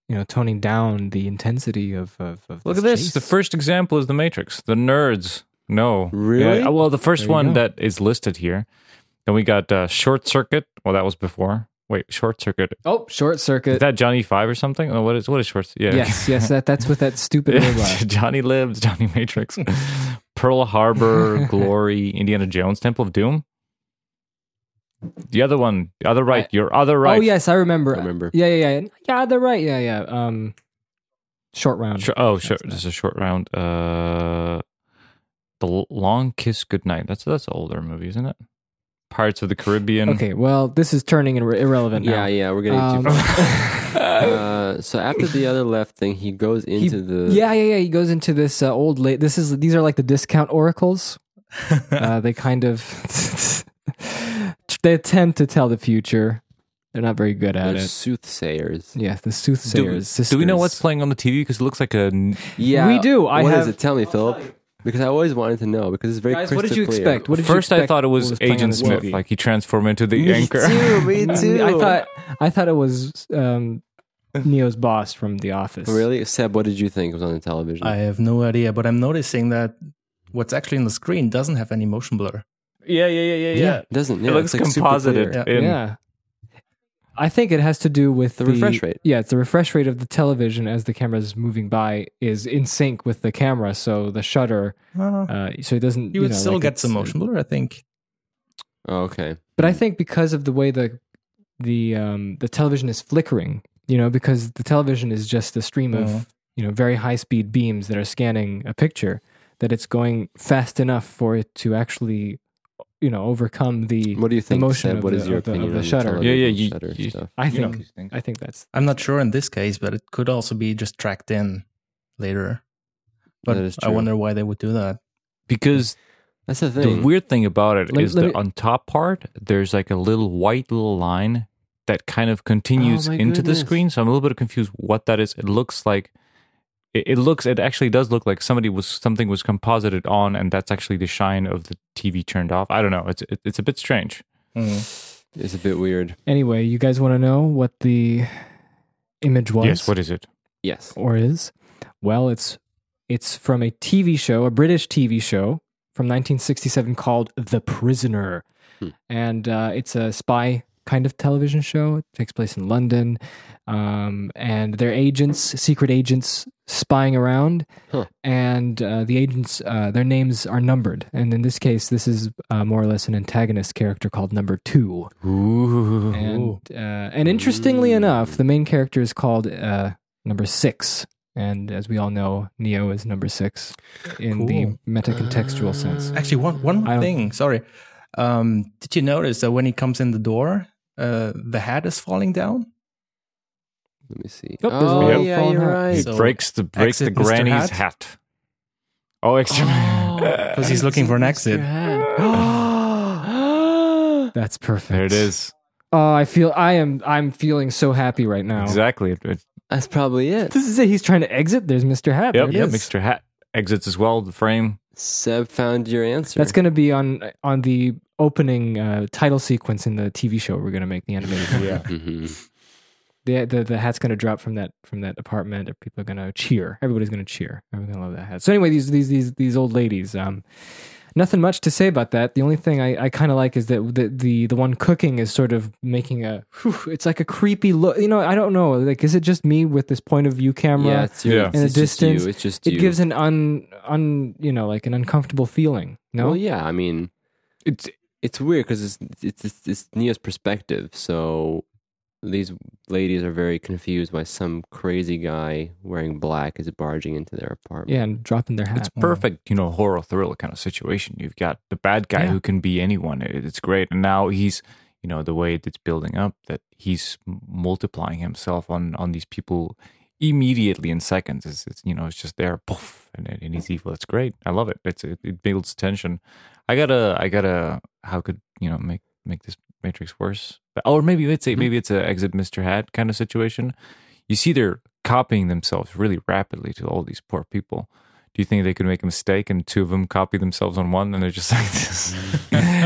A: you know, toning down the intensity of of. of
C: Look at this. The
A: chase.
C: first example is the Matrix. The nerds. No,
B: Really?
C: Yeah, well, the first
A: There you
C: one
A: go.
C: that is listed here. Then we got uh, Short Circuit. Well, that was before. Wait, Short Circuit.
A: Oh, short
C: Is
A: circuit.
C: that Johnny Five or something? Oh, what is what is Short? Yeah.
A: Yes, yes. That that's with that stupid robot.
C: Johnny Lives, Johnny Matrix, Pearl Harbor, Glory, Indiana Jones, Temple of Doom. The other one, the other right,
A: I-
C: your other right.
A: Oh yes, I remember.
B: I remember.
A: Yeah, yeah, yeah. Yeah, they're right. Yeah, yeah. Um, short round.
C: Sure. Oh, sure.
A: Um, That's
C: Just a short round. Uh, the L- long kiss goodnight. That's that's an older movie, isn't it? Pirates of the Caribbean.
A: Okay. Well, this is turning irre- irrelevant now.
B: Yeah, yeah. We're getting
A: Um,
B: too far. uh, so after the other left thing, he goes into the
A: Yeah, yeah, yeah. He goes into this uh, old late. This is these are like the discount oracles. uh, they kind of they attempt to tell the future. They're not very good at
B: they're
A: it.
B: soothsayers.
A: Yeah, the soothsayers.
C: Do we know
A: sisters.
C: what's playing on the TV? Because it looks like a. n-
B: Yeah,
A: We do. I
B: what is
A: have-
B: it? Tell me, Philip, because I always wanted to know because it's very.
A: Guys, what did
B: crystal
A: you
B: clear.
A: expect? What did you
C: First, I
A: expect
C: thought it was
A: what playing on
C: Agent
A: the
C: Smith,
A: TV?
C: like he transformed into the anchor.
B: me too.
A: I thought I thought it was um, Neo's boss from The Office.
B: Really, Seb, what did you think was on the television?
D: I have no idea, but I'm noticing that what's actually on the screen doesn't have any motion blur.
C: Yeah, yeah, yeah, yeah, yeah.
B: It doesn't.
C: It
B: Yeah,
C: looks
B: it's like super
C: composited.
B: clear.
C: in-
A: Yeah. I think it has to do with
B: The refresh rate.
A: Yeah, it's the refresh rate of the television as the camera's moving by is in sync with the camera, so the shutter,
D: Uh,
A: uh, so it doesn't.
D: you would
A: know,
D: still
A: like
D: get
A: it's-
D: some motion blur, I think.
B: Oh, okay.
A: But I think because of the way the the um, the television is flickering, you know, because the television is just a stream of
D: Mhm.
A: you know very high speed beams that are scanning a picture, that it's going fast enough for it to actually, you know, overcome the.
B: What do you think,
A: motion
B: Seb?
A: of
B: What
A: the-
B: is your
A: of the- of
B: opinion
A: the
B: on
A: shutter.
B: television
C: Yeah, yeah, you-
B: shutter
C: you-
B: stuff?
A: I think I think that's
D: I'm not sure in this case, but it could also be just tracked in later.
B: That is
D: But I
B: true.
D: wonder why they would do that.
C: Because
B: That's the
C: The
B: thing.
C: weird thing about it is
A: Let- let
C: the
A: me-
C: on top part, there's like a little white little line that kind of continues
B: my
C: into the
B: goodness.
C: screen. So I'm a little bit confused what that is. It looks like it, it looks it actually does look like somebody was something was composited on and that's actually the shine of the TV turned off. I don't know. It's it, it's a bit strange.
B: Mm-hmm. It's a bit weird.
A: Anyway, you guys want to know what the image was
C: Yes, what is it?
B: Yes.
A: or is? Well, it's it's from a TV show, a British TV show from 1967 called The Prisoner,
B: Hmm.
A: and uh, it's a spy kind of television show. It takes place in London, um, and their agents, secret agents, spying around,
B: Huh.
A: and uh, the agents, uh, their names are numbered. And in this case, this is uh, more or less an antagonist character called Number Two.
C: Ooh.
A: And, uh, and interestingly
B: Mm.
A: enough, the main character is called uh, Number Six. And as we all know, Neo is number six in the
D: Cool.
A: metacontextual sense.
C: Ah.
D: Actually, one one
A: I
D: more
A: don't-
D: thing. Sorry. Um, did you notice that when he comes in the door, uh, the hat is falling down?
B: Let me see. Oh,
A: Nope, there's a little fallen hat.
C: He
D: So,
C: breaks the breaks the
D: exit Mr.
C: granny's
D: Hat?
C: hat. Oh, extra.
D: Because he's looking for an exit.
A: That's perfect.
C: there it is.
A: Oh, I feel I am I'm feeling so happy right now.
C: Exactly. It- it-
B: That's probably it.
A: This is it. He's trying to exit. There's Mr. Hat.
C: yep.
A: There it
C: Yep.
A: is.
C: Mixture hat exits as well. The frame.
B: Seb found your answer.
A: That's going to be on on the opening uh, title sequence in the TV show we're going to make the animated. one.
C: Yeah.
B: Mhm.
A: the, the the hat's going to drop from that from that apartment. and People are going to cheer. Everybody's going to cheer. Everyone's going to love that hat. So anyway, these these these these old ladies. Um, nothing much to say about that. The only thing I, I kind of like is that the, the the one cooking is sort of making a. whew, it's like a creepy look. You know, I don't know. Like, is it just me with this point of view camera?
B: Yeah, it's your,
C: Yeah.
A: In the
B: it's just you.
A: distance,
B: It's just
A: it
B: you.
A: gives an un un you know like an uncomfortable feeling. No,
B: Well, yeah. I mean,
C: It's
B: it's weird because it's, it's it's it's Nia's perspective. So these ladies are very confused why some crazy guy wearing black is barging into their apartment.
A: yeah, and dropping their hat.
C: it's perfect, you know, horror thriller kind of situation. You've got the bad guy
A: Yeah.
C: who can be anyone. It- It's great. And now he's, you know, the way that's building up that he's m- multiplying himself on on these people immediately in seconds. It's, it's you know, it's just there, poof, and, and he's evil. It's great. I love it. It's it, it builds tension. I gotta, I gotta. How could you know make make this Matrix worse? But- Or maybe it's a
B: Mhm.
C: maybe it's a exit Mr. Hat kind of situation. You see, they're copying themselves really rapidly to all these poor people do you think they could make a mistake and two of them copy themselves on one and they're just like this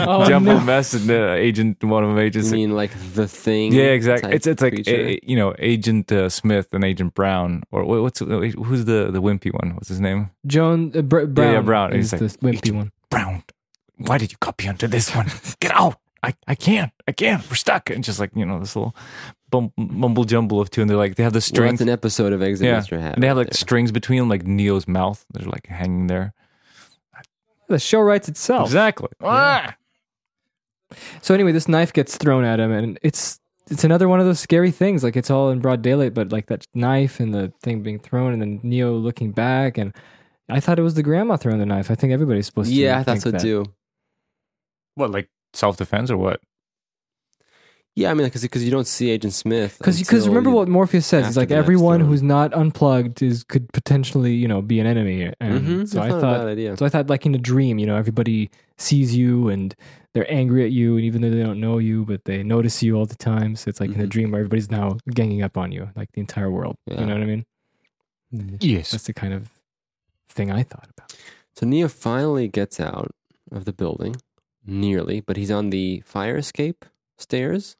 A: Oh,
C: jumbo
A: no.
C: mess and the agent one of them
B: You
C: agents
B: mean like the thing?
C: yeah exactly
B: type
C: it's it's like
B: creature?
C: a, you know agent uh, smith and agent brown or wha- what's who's the the wimpy one what's his name
A: Joan uh, Br- Brown.
C: yeah, Brown.
A: is
C: He's
A: the
C: like,
A: wimpy one.
C: brown why did you copy onto this one get out i i can't i can't we're stuck and just like you know this little bum, mumble jumble of two and they're like they have the
B: Well, that's
C: strings
B: an episode of Exit
C: Yeah.
B: Mr. Hat.
C: and they have
B: right
C: like strings between them, like neo's mouth they're like hanging there
A: The show writes
B: Oh.
A: itself.
C: exactly Ah!
A: So anyway, this knife gets thrown at him, and it's it's another one of those scary things. Like it's all in broad daylight, but like that knife and the thing being thrown, and then Neo looking back, and I thought it was the grandma throwing the knife. I think everybody's
B: there.
A: supposed to.
B: Yeah, I thought
A: think
B: so
A: that.
B: too.
C: What, like self defense or what?
B: Yeah, I mean, because you don't see Agent Smith.
A: Because
B: until
A: remember
B: you-
A: what Morpheus says. It's
B: after
A: like
B: the knife's
A: everyone
B: thrown.
A: who's not unplugged is could potentially you know be an enemy. And
B: Mhm,
A: so
B: that's
A: I
B: not a
A: thought
B: bad idea.
A: So I thought, like in a dream, you know, everybody sees you and they're angry at you, and even though they don't know you, but they notice you all the time. So it's like in a
B: Mhm.
A: dream where everybody's now ganging up on you, like the entire world.
B: Yeah.
A: You know what I mean?
C: Yes. Mm-hmm.
A: That's the kind of thing I thought about.
B: So Neo finally gets out of the building, nearly, but he's on the fire escape stairs.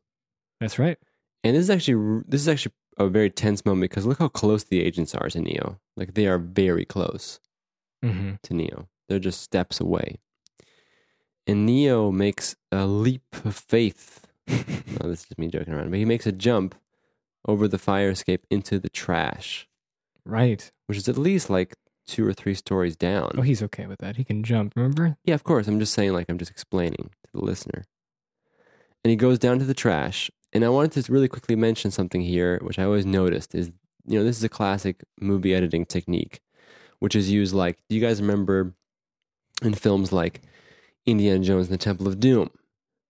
A: That's right.
B: And this is actually r- this is actually a very tense moment because look how close the agents are to Neo. Like they are very close
A: Mm-hmm.
B: to Neo. They're just steps away. And Neo makes a leap of faith. no, this is just me joking around, but he makes a jump over the fire escape into the trash,
A: Right.
B: which is at least like two or three stories down.
A: Oh, he's okay with that. He can jump. Remember?
B: Yeah, of course. I'm just saying, like, I'm just explaining to the listener. And he goes down to the trash. And I wanted to really quickly mention something here, which I always noticed is, you know, this is a classic movie editing technique, which is used like, do you guys remember in films like Indiana Jones and the Temple of Doom,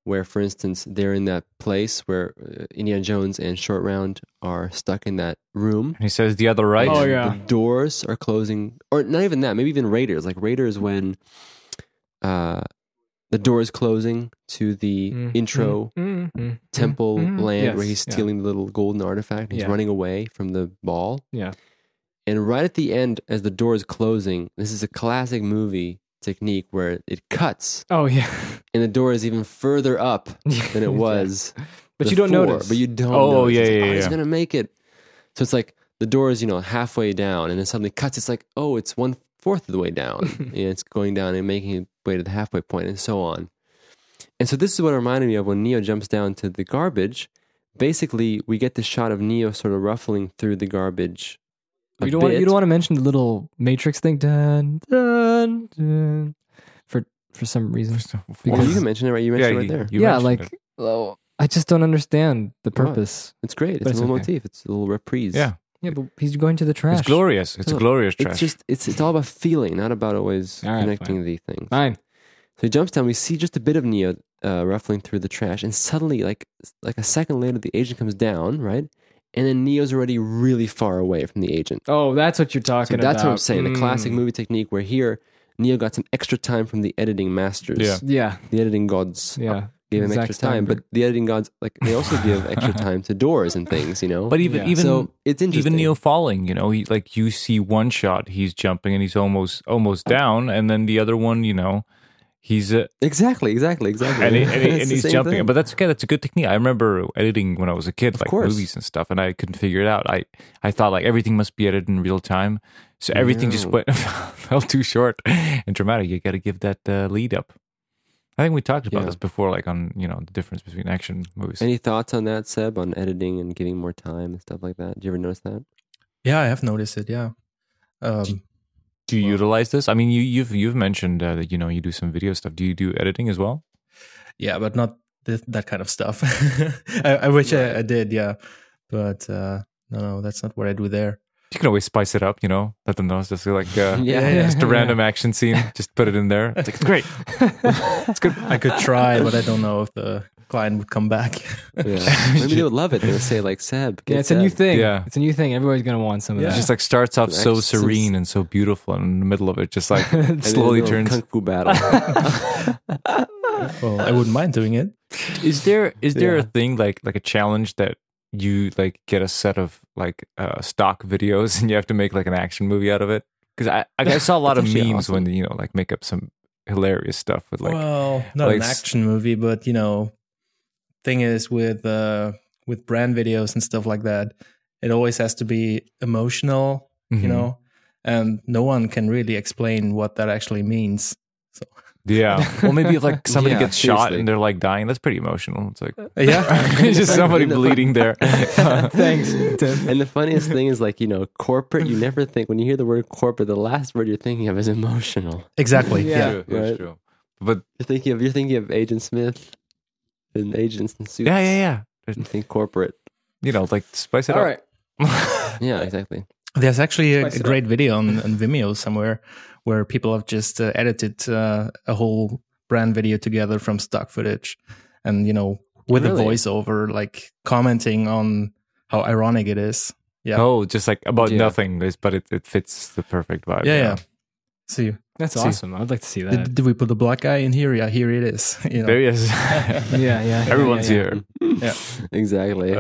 B: where, for instance, they're in that place where uh, Indiana Jones and Short Round are stuck in that room?
C: And he says the other right.
A: Oh, yeah.
B: the doors are closing or not even that maybe even raiders like raiders when uh the door is closing to the
A: Mm,
B: intro
A: mm, mm, mm,
B: temple
A: mm, mm.
B: land where
A: Yes,
B: he's
A: yeah.
B: stealing the little golden artifact he's
A: Yeah.
B: running away from the ball
A: Yeah.
B: and right at the end as the door is closing this is a classic movie technique where it cuts
A: Oh yeah.
B: and the door is even further up than
A: Yeah.
B: it was
A: But you don't
B: before,
A: notice.
B: But you don't.
C: Oh,
B: notice.
C: yeah,
B: It's
C: yeah,
B: like, oh, He's
C: yeah.
B: gonna make it. So it's like the door is you know halfway down, and then suddenly cuts. It's like oh, it's one fourth of the way down, and it's going down and making its way to the halfway point, and so on. And so this is what it reminded me of when Neo jumps down to the garbage. Basically, we get the shot of Neo sort of ruffling through the garbage. a
A: You don't want
B: bit.
A: you don't want to mention the little Matrix thing dun, dun, dun, for for some reason.
B: Well, Oh, you
A: because-
B: can mention it right. You mentioned
C: Yeah,
B: it right
C: you-
B: there.
C: you
A: yeah,
C: mentioned
A: like
C: it.
A: oh, I just don't understand the
B: Right.
A: purpose.
B: It's great. It's,
A: But it's
B: a little
A: okay.
B: motif. It's a little reprise.
C: yeah,
A: Yeah, but he's going to the trash.
C: it's glorious. It's
B: No,
C: a glorious
B: It's
C: trash.
B: just it's it's all about feeling, not about always
A: All right,
B: connecting the things.
A: Fine.
B: So he jumps down. We see just a bit of Neo uh, ruffling through the trash, and suddenly, like like a second later, the agent comes down, right? And then Neo's already really far away from the agent.
A: Oh, that's what you're
B: So
A: talking about.
B: that's what I'm saying. The classic
A: Mm.
B: movie technique where here Neo got some extra time from the editing masters.
C: Yeah.
A: Yeah,
B: The editing gods
A: yeah.
B: gave him
A: Zack
B: extra time. But
A: Steinberg.
B: the editing gods like they also give extra time to doors and things, you know?
C: but even
A: yeah.
C: even
B: so it's interesting.
C: even Neo falling, you know, he like you see one shot he's jumping and he's almost almost down, and then the other one, you know, he's uh,
B: Exactly, exactly, exactly.
C: and, he, and, he,
B: It's
C: and
B: the
C: he's
B: same
C: jumping.
B: thing.
C: But that's okay. That's a good technique. I remember editing when I was a kid, like
B: course.
C: movies and stuff, and I couldn't figure it out. I I thought like everything must be edited in real time, so everything just
B: No.
C: went fell too short and dramatic. You got to give that uh, lead up. I think we talked about
B: Yeah.
C: this before, like on you know the difference between action movies.
B: Any thoughts on that, Seb, on editing and giving more time and stuff like that? Did you ever notice that?
D: Yeah, I have noticed it. Yeah. Um,
C: do you utilize this? I mean, you you've you've mentioned uh, that you know you do some video stuff. Do you do editing as well?
D: yeah, but not th- that kind of stuff. I, I wish I, I did. Yeah. But uh, no, no, that's not what I do there.
C: You can always spice it up, you know. Let them know it's just like uh,
B: Yeah,
A: yeah.
C: just a random action scene. Just put it in there. It's like, it's great.
A: it's
C: good.
D: I could try, but I don't know if the client would come back.
B: Yeah. Maybe they would love it. They would say like, Seb, get
A: Yeah, it's a
B: Seb."
A: new thing.
C: Yeah.
A: It's a new thing. Everybody's gonna want some of
C: It
A: that.
C: just like starts off so
B: Like, some-
C: serene and so beautiful, and in the middle of it, just like
B: And then a
C: slowly
B: little
C: turns.
B: kung fu battle.
D: well, I wouldn't mind doing it.
C: is there is there
B: Yeah.
C: a thing like like a challenge that you like get a set of like uh, stock videos and you have to make like an action movie out of it? Because I I saw a lot of
B: That's actually
C: memes
B: awesome.
C: when you know like make up some hilarious stuff with like
D: well, not
C: like
D: an
C: s-
D: action movie, but you know, thing is with uh, with brand videos and stuff like that, it always has to be emotional,
C: mhm.
D: you know, and no one can really explain what that actually means.
C: yeah. Well, maybe if like somebody
B: Yeah,
C: gets shot
B: seriously.
C: and they're like dying, that's pretty emotional. It's like
D: Yeah,
C: it's just somebody
B: In the-
C: bleeding there.
A: Thanks, Tim.
B: and the funniest thing is like, you know, corporate, you never think when you hear the word corporate, the last word you're thinking of is emotional.
D: exactly. Yeah.
B: Yeah, right.
C: true. But
B: You're thinking of you're thinking of Agent Smith and agents and suits.
C: yeah, yeah, yeah.
B: You think corporate.
C: You know, like spice it
A: All
C: up.
A: right.
B: Yeah, exactly.
D: There's actually a,
A: Spice it up.
D: great video on, on Vimeo somewhere where people have just uh, edited uh, a whole brand video together from stock footage, and you know, with
B: Really?
D: a voiceover, like commenting on how ironic it is. Yeah.
C: Oh, just like about
B: Yeah.
C: nothing, is- but it, it fits the perfect vibe.
D: yeah, yeah. So you,
A: That's
D: See.
A: awesome. I'd like to see that.
D: did, did we put the black guy in here? Yeah, here it is. You know.
C: There he is.
A: yeah, yeah, yeah.
C: Everyone's
A: yeah, yeah.
C: here.
D: Yeah.
B: Exactly.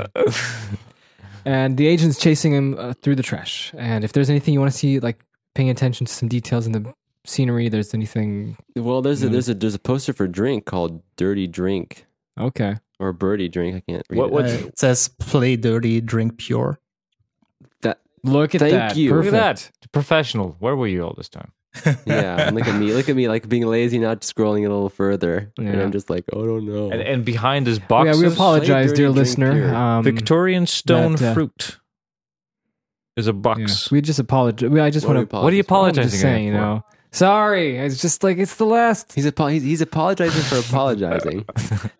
A: And the agent's chasing him uh, through the trash. And if there's anything you want to see, like paying attention to some details in the scenery, there's anything.
B: Well, there's a
A: Mm.
B: there's a there's a poster for drink called Dirty Drink
A: Okay.
B: or Birdie Drink. I can't read
C: What-
B: it.
D: Uh, it says play dirty, drink pure.
B: that?
A: Look at
B: Thank
A: that.
B: you.
C: Look at
A: Perfect.
C: that. Professional. Where were you all this time?
B: Yeah, and look at me. Look at me, like being lazy, not scrolling a little further, and
A: Yeah.
B: I'm just like, oh, I don't know.
C: And, and behind this box,
A: Oh, yeah, we
B: Play
A: apologize, dear
B: dirty, drink beer.
A: listener. Um,
C: Victorian stone
A: that, uh,
C: fruit is a
A: yeah.
C: box.
A: We just apologize. We, I just
B: What are
A: want
B: we
A: to.
C: What are you
B: apologizing
A: I'm just
C: apologizing
A: saying, you
C: for?
A: know. Sorry. It's just like, it's the last.
B: for? He's, apo- he's he's apologizing for apologizing.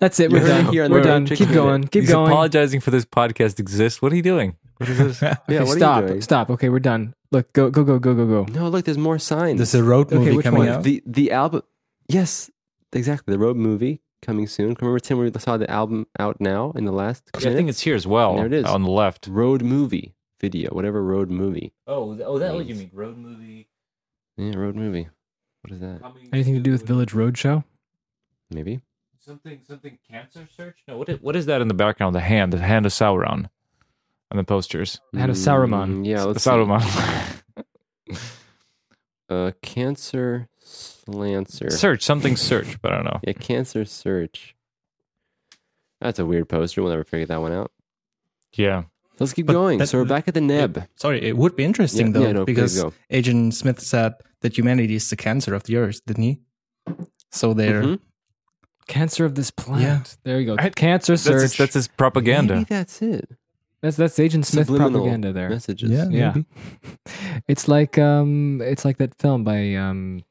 A: That's it.
B: You
A: We're
B: heard it
A: done.
B: here on the
A: We're done.
B: Matrix
A: Keep
B: Minute.
A: going. Keep
C: He's
A: going.
C: apologizing for this podcast exists. What are you doing? What is this?
B: yeah,
A: Okay,
B: what
A: stop.
B: are you doing?
A: Stop. Okay, we're done. Look, go, go, go, go, go, go.
B: No, look, there's more signs.
D: There's a road
A: Okay,
D: movie
A: which
D: coming
A: one?
D: out.
B: the the album. Yes, exactly. The road movie coming soon. Remember, Tim, we saw the album out now in the last.
C: Yeah, I think
B: minutes?
C: it's here as well.
B: There it is.
C: on the left.
B: road movie video, whatever road movie.
C: Oh, oh,
B: that what you mean,
C: road movie.
B: Yeah, road movie. What is that?
A: Anything to do with Village Roadshow?
B: Maybe.
C: Something, something. Cancer search? No. What is, what is that in the background? The hand, the hand of Sauron, on the posters.
A: Out of Saruman.
B: Mm, yeah, let's see.
C: Sauron.
B: Uh, cancer slancer.
C: search something. Search, but I don't know.
B: Yeah, cancer search. That's a weird poster. We'll never figure that one out.
C: Yeah.
B: Let's keep
D: But
B: going.
D: that-
B: so we're back at the neb.
D: Sorry, it would be interesting
B: Yeah,
D: though
B: yeah, no, please
D: because
B: go.
D: Agent Smith said that humanity is the cancer of the earth, didn't he? So they're
B: Mhm.
A: Cancer of this planet. There you go.
C: I-
A: Cancer
C: That's his,
A: search.
C: that's his propaganda.
B: Maybe that's it.
A: that's, that's Agent Smith
B: Subliminal
A: propaganda there.
B: Messages.
D: Yeah.
A: yeah. it's like um it's like that film by um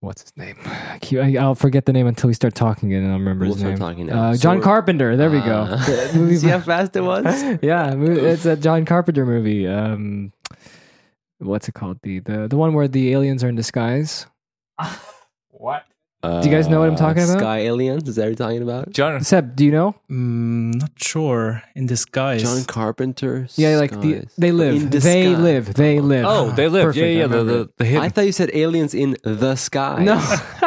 A: what's his name? I keep, I, I'll forget the name until we start talking and I'll remember
B: We'll
A: his
B: start
A: name.
B: talking now.
A: uh,
B: So
A: John
B: we're-
A: Carpenter. There we go.
B: Ah.
A: The movie
B: See how
A: by-
B: fast it was?
A: yeah, mo- it's a John Carpenter movie. Um what's it called? The the the one where the aliens are in disguise.
C: What?
A: Do you guys know what I'm talking about?
B: Uh, Sky aliens. Is that what you're talking about?
C: John,
A: Seb, do you know?
D: Mm, not sure. In disguise.
B: Mm-hmm. John Carpenter.
A: Yeah, like the,
B: skies.
A: they
B: In
A: live. They
B: disguise.
A: live. They live.
C: oh, they live.
A: Perfect,
C: yeah,
A: I
C: yeah, the,
A: remember.
C: the, the hidden.
B: I thought you said aliens in the sky.
A: No.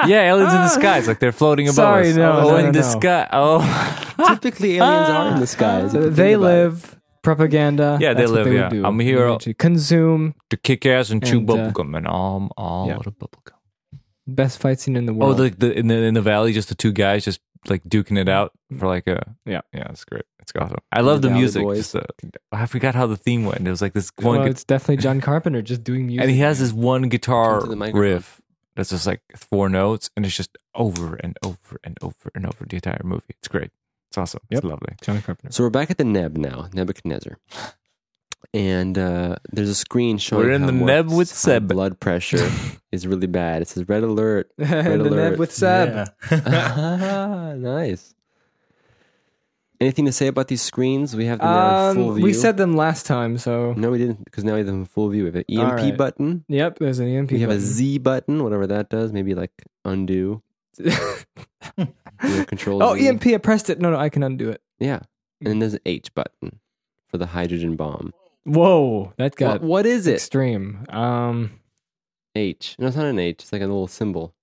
C: yeah, aliens in the skies, like they're floating above
A: Ah. Sorry,
C: us.
A: no,
C: oh,
A: no,
C: in
A: no,
C: the
A: no.
C: sky. Oh,
B: Typically, aliens are in the skies. if you
A: they
B: think about it.
A: live propaganda.
C: Yeah, they
A: That's what
C: live,
A: would
C: yeah.
A: do.
C: I'm here-
A: They would Consume
C: to kick ass and chew
A: And, uh,
C: bubblegum and all, all
A: yeah.
C: out of bubblegum.
A: best fight scene in the
C: Oh,
A: world.
C: the, the in the in the valley, just the two guys just like duking it out for like a
A: Mm-hmm. Yeah.
C: yeah, it's great. It's awesome. I love the,
B: Valley
C: music.
B: Boys.
C: Just, uh, I forgot how the theme went. It was like this one,
A: well,
C: gu-
A: uh, it's definitely John Carpenter just doing music.
C: and he has this one guitar
B: Into the microphone.
C: riff that's just like four notes, and it's just over and over and over and over the entire movie. It's great. It's awesome.
A: Yep.
C: It's lovely.
A: John Carpenter.
B: So we're back at the Neb now, Nebuchadnezzar, and uh, there's a screen showing
C: We're in
B: how
C: the
B: much-
C: Neb with
B: how
C: Seb.
B: Blood pressure is really bad. It says red alert.
A: and the
B: alert.
A: Neb with Seb.
D: Yeah.
B: Ah, nice. Anything to say about these screens? We have them now in full
A: Um,
B: view.
A: we said them last time, so
B: no, we didn't because now we have them in full view. We have an
A: All
B: EMP
A: right.
B: button.
A: yep. There's an EMP.
B: We have a
A: button.
B: Z button, whatever that does. Maybe like undo. or Control.
A: oh,
B: Z.
A: EMP! I pressed it. No, no, I can undo it.
B: Yeah, and then there's an H button for the hydrogen bomb.
A: Whoa, that got
B: What, what is it?
A: extreme. Um,
B: H. No, it's not an H. It's like a little symbol.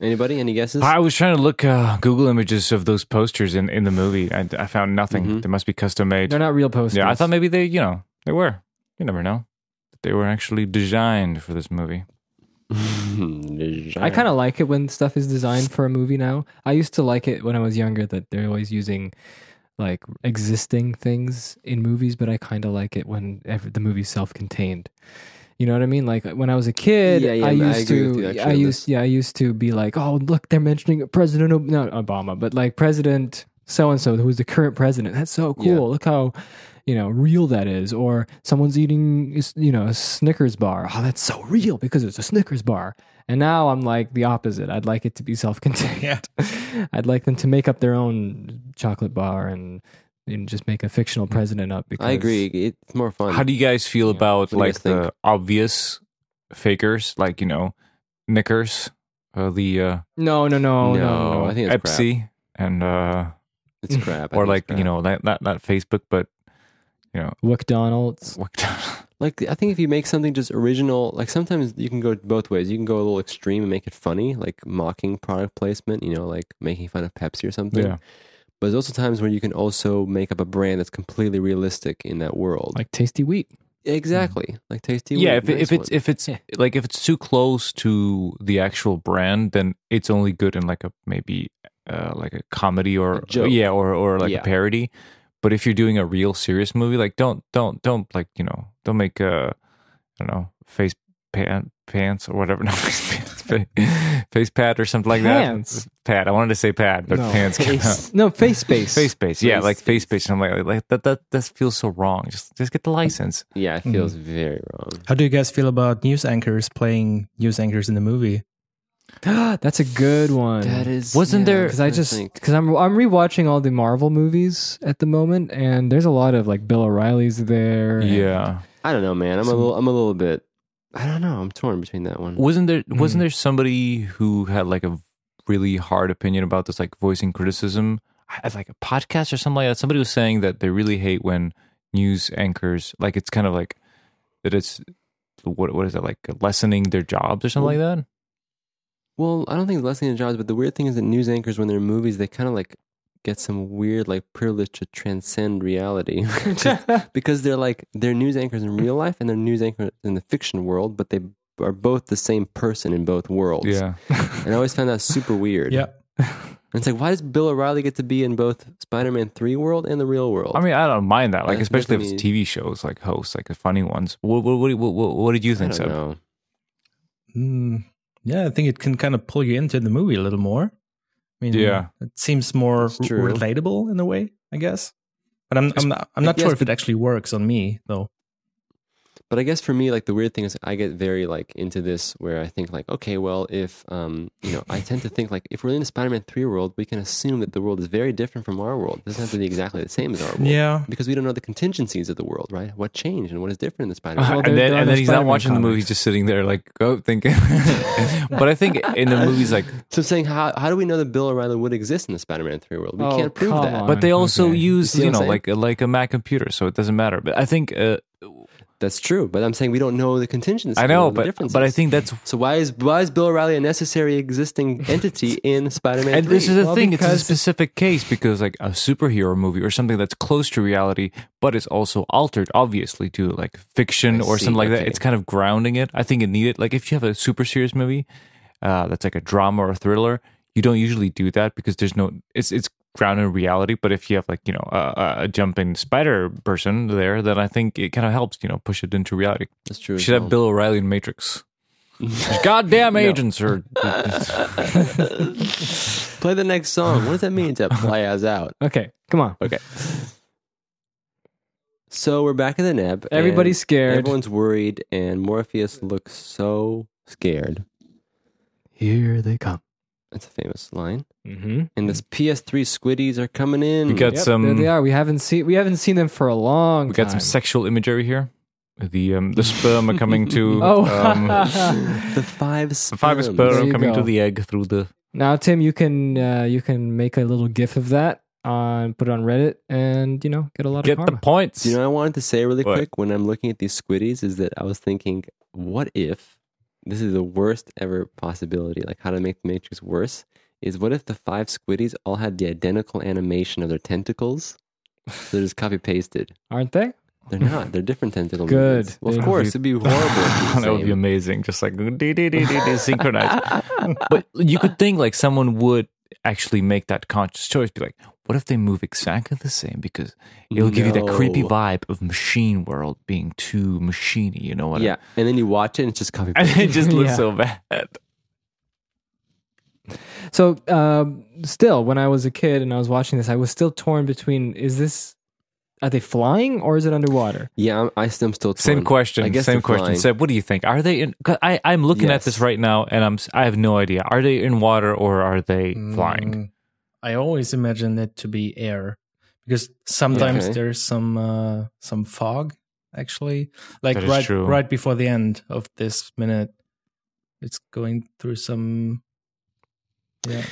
B: Anybody? Any guesses?
C: I was trying to look uh, Google images of those posters in, in the movie. I, I found nothing.
B: Mhm.
C: They must be custom made.
A: they're not real posters.
C: Yeah, I thought maybe they, you know, they were. You never know. They were actually designed for this movie.
A: I kind of like it when stuff is designed for a movie now. I used to like it when I was younger that they're always using like existing things in movies, but I kind of like it when ev the movie's self-contained. You know what I mean? Like when I was a kid,
B: Yeah, yeah,
A: I
B: I
A: used
B: agree with you
A: to,
B: actually
A: I
B: on
A: used,
B: this.
A: yeah, I used to be like, oh, look, they're mentioning President, Ob- not Obama, but like President so and so, who is the current president. That's so cool.
B: Yeah.
A: Look how you know real that is. Or someone's eating, you know, a Snickers bar. Oh, that's so real because it's a Snickers bar. And now I'm like the opposite. I'd like it to be self-contained.
D: Yeah.
A: I'd like them to make up their own chocolate bar and and just make a fictional
C: Hmm.
A: president up. Because
B: I agree. It's more fun.
C: How do you guys feel
A: Yeah.
C: about
B: What do you
C: like
B: guys think?
C: the obvious fakers, like you know, Knickers, uh, the uh,
A: No, no, no, no.
B: No,
A: no,
B: Oh, I think it's crap.
C: Pepsi, and uh,
B: It's crap. I
C: or
B: think it's
C: like
B: crap.
C: you know, not, not not Facebook, but you know,
A: McDonald's.
C: what-
B: like I think if you make something just original, like sometimes you can go both ways. You can go a little extreme and make it funny, like mocking product placement. You know, like making fun of Pepsi or something.
C: yeah,
B: But there's also times where you can also make up a brand that's completely realistic in that world.
A: Like tasty wheat.
B: exactly, like Tasty.
C: yeah.
B: Wheat,
C: If, it-
B: nice one.
C: if it's if it's
A: Yeah.
C: like if it's too close to the actual brand, then it's only good in like a maybe uh, like a comedy or uh,
B: A joke.
C: yeah, or or like
B: Yeah.
C: a parody. But if you're doing a real serious movie, like don't don't don't like you know don't make uh I don't know face pan, pants or whatever no face pants fa- face pad or something like
A: Pants?
C: that pad I wanted to say pad but
A: No.
C: pants came out.
A: No, face space.
C: Face space, yeah,
B: Face
C: like face
B: space.
C: space. And I'm like, like that, that, that feels so wrong. Just, just get the license.
B: yeah, it feels
C: Mm-hmm.
B: very wrong.
D: How do you guys feel about news anchors playing news anchors in the movie?
A: That's a good one.
B: That is-
A: Wasn't
B: yeah,
A: there?
B: I'm
A: Because I
B: trying to
A: just
B: think.
A: because I'm I'm rewatching all the Marvel movies at the moment, and there's a lot of like Bill O'Reilly's there. and-
C: Yeah.
B: I don't know, man. I'm a
A: Some-
B: little. I'm a little bit. I don't know. I'm torn between that one.
C: Wasn't there?
A: Mm.
C: Wasn't there somebody who had like a really hard opinion about this, like voicing criticism, I- like a podcast or something like that? Somebody was saying that they really hate when news anchors, like it's kind of like that. It's what what is it like lessening their jobs or something like that?
B: Well, I don't think it's lessening the jobs, but the weird thing is that news anchors, when they're in movies, they kind of like get some weird like privilege to transcend reality because they're like they're news anchors in real life and they're news anchors in the fiction world, but they are both the same person in both worlds.
C: Yeah,
B: and I always found that super weird.
D: Yeah.
B: and it's like why does Bill O'Reilly get to be in both Spider-Man Three world and the real world?
C: I mean, I don't mind that. Like,
B: That's
C: especially if
B: definitely-
C: it's TV shows, like hosts, like the funny ones. What what what what, what, what did you
B: I
C: think?
B: don't
C: Seb?
B: know.
D: Mm, yeah, I think it can kind of pull you into the movie a little more. I mean,
C: Yeah.
D: it seems more
B: That's
D: r-
B: true.
D: relatable in a way, I guess. But I'm I'm not, I'm
B: I
D: not sure
B: guess,
D: if it actually works on me though.
B: But I guess for me, like the weird thing is, I get very like into this where I think like, okay, well, if um, you know, I tend to think like, if we're in a Spider-Man three world, we can assume that the world is very different from our world. It doesn't have to be exactly the same as our world.
D: Yeah,
B: Because we don't know the contingencies of the world, right? What changed and what is different in the Spider-Man.
A: Uh-huh.
B: world.
A: there-
C: and then,
A: there are
C: and
A: no
C: then he's not
A: Spider-Man
C: watching the movie,
A: comics.
C: he's just sitting there like, go thinking. but I think in the movies, like,
B: So I'm saying, how, how do we know that Bill O'Reilly would exist in the Spider-Man three world? We
A: Oh,
B: can't prove
A: come
B: that.
A: on.
C: but they also
A: Okay.
C: use
B: You see what
C: you,
B: I'm
C: know
B: saying?
C: like a, like a Mac computer, so it doesn't matter. But I think uh,
B: That's true. But I'm saying we don't know the contingencies.
C: I
B: we don't
C: know,
B: the
C: but
B: differences.
C: but I think that's
B: So why is why is Bill O'Reilly a necessary existing entity in Spider-Man?
C: and
B: 3?
C: this is the
A: Well,
C: thing. It's a
A: because-
C: specific case because like a superhero movie or something that's close to reality, but it's also altered, obviously, to like fiction
B: I
C: or
B: see,
C: something like that.
B: okay.
C: It's kind of grounding it. I think it needed like if you have a super serious movie uh, that's like a drama or a thriller, you don't usually do that because there's no it's it's grounded in reality. But if you have like you know a, a jumping spider person there, then I think it kind of helps you know push it into reality.
B: That's true.
C: We
B: as
C: should have
B: well.
C: Bill O'Reilly in Matrix. Goddamn
B: No.
C: agents are
B: Play the next song. What does that mean to play us out?
A: Okay, come on.
B: Okay. So we're back in the neb. and
A: Everybody's scared.
B: Everyone's worried, and Morpheus looks so scared.
A: Here they come.
B: That's a famous line.
A: Mm-hmm.
B: And this PS3 squiddies are coming in.
C: We got some.
A: there they are. We haven't seen we haven't seen them for a long.
C: We got
A: time.
C: some sexual imagery here. The um, the sperm are coming to
A: Oh.
C: um,
B: the five
C: the
B: sperms.
C: five
A: There
C: sperm
A: you
C: coming
A: go.
C: to the egg through the.
A: Now, Tim, you can uh, you can make a little GIF of that on put it on Reddit, and you know get a lot
C: Get
A: of
C: the
A: karma.
C: points.
B: Do you know what I wanted to say really
C: What?
B: quick when I'm looking at these squiddies is that I was thinking, what if this is the worst ever possibility? Like how to make the Matrix worse is what if the five squiddies all had the identical animation of their tentacles? So they're just copy pasted.
A: Aren't they?
B: They're not. They're different tentacle.
A: Good.
B: movements. Well,
A: They-
B: of course, it'd be horrible. If
C: that would be
B: amazing.
C: amazing. Just like dee, dee, dee, dee, dee, synchronized. but you could think like someone would actually make that conscious choice. Be like, what if they move exactly the same? Because it'll give you that creepy
B: No.
C: vibe of machine world being too machiney. You know what? I-
B: Yeah, and then you watch it and it's just copy
C: and
B: paste.
C: it just looks
A: Yeah.
C: so bad.
A: So, um, still, when I was a kid and I was watching this, I was still torn between: is this are they flying or is it underwater?
B: yeah, I'm, I still still
C: Same
B: torn. I
C: question.
B: guess
C: Same
B: they're
C: question.
B: flying.
C: Seb, what do you think? Are they in? 'cause I I'm looking at this
B: Yes.
C: right now, and I'm s- I have no idea. Are they in water or are they flying?
D: Mm, I always imagine it to be air because sometimes
B: Okay.
D: there's some uh, some fog actually, like
C: That is
D: right
C: true.
D: right before the end of this minute, it's going through some. Yeah,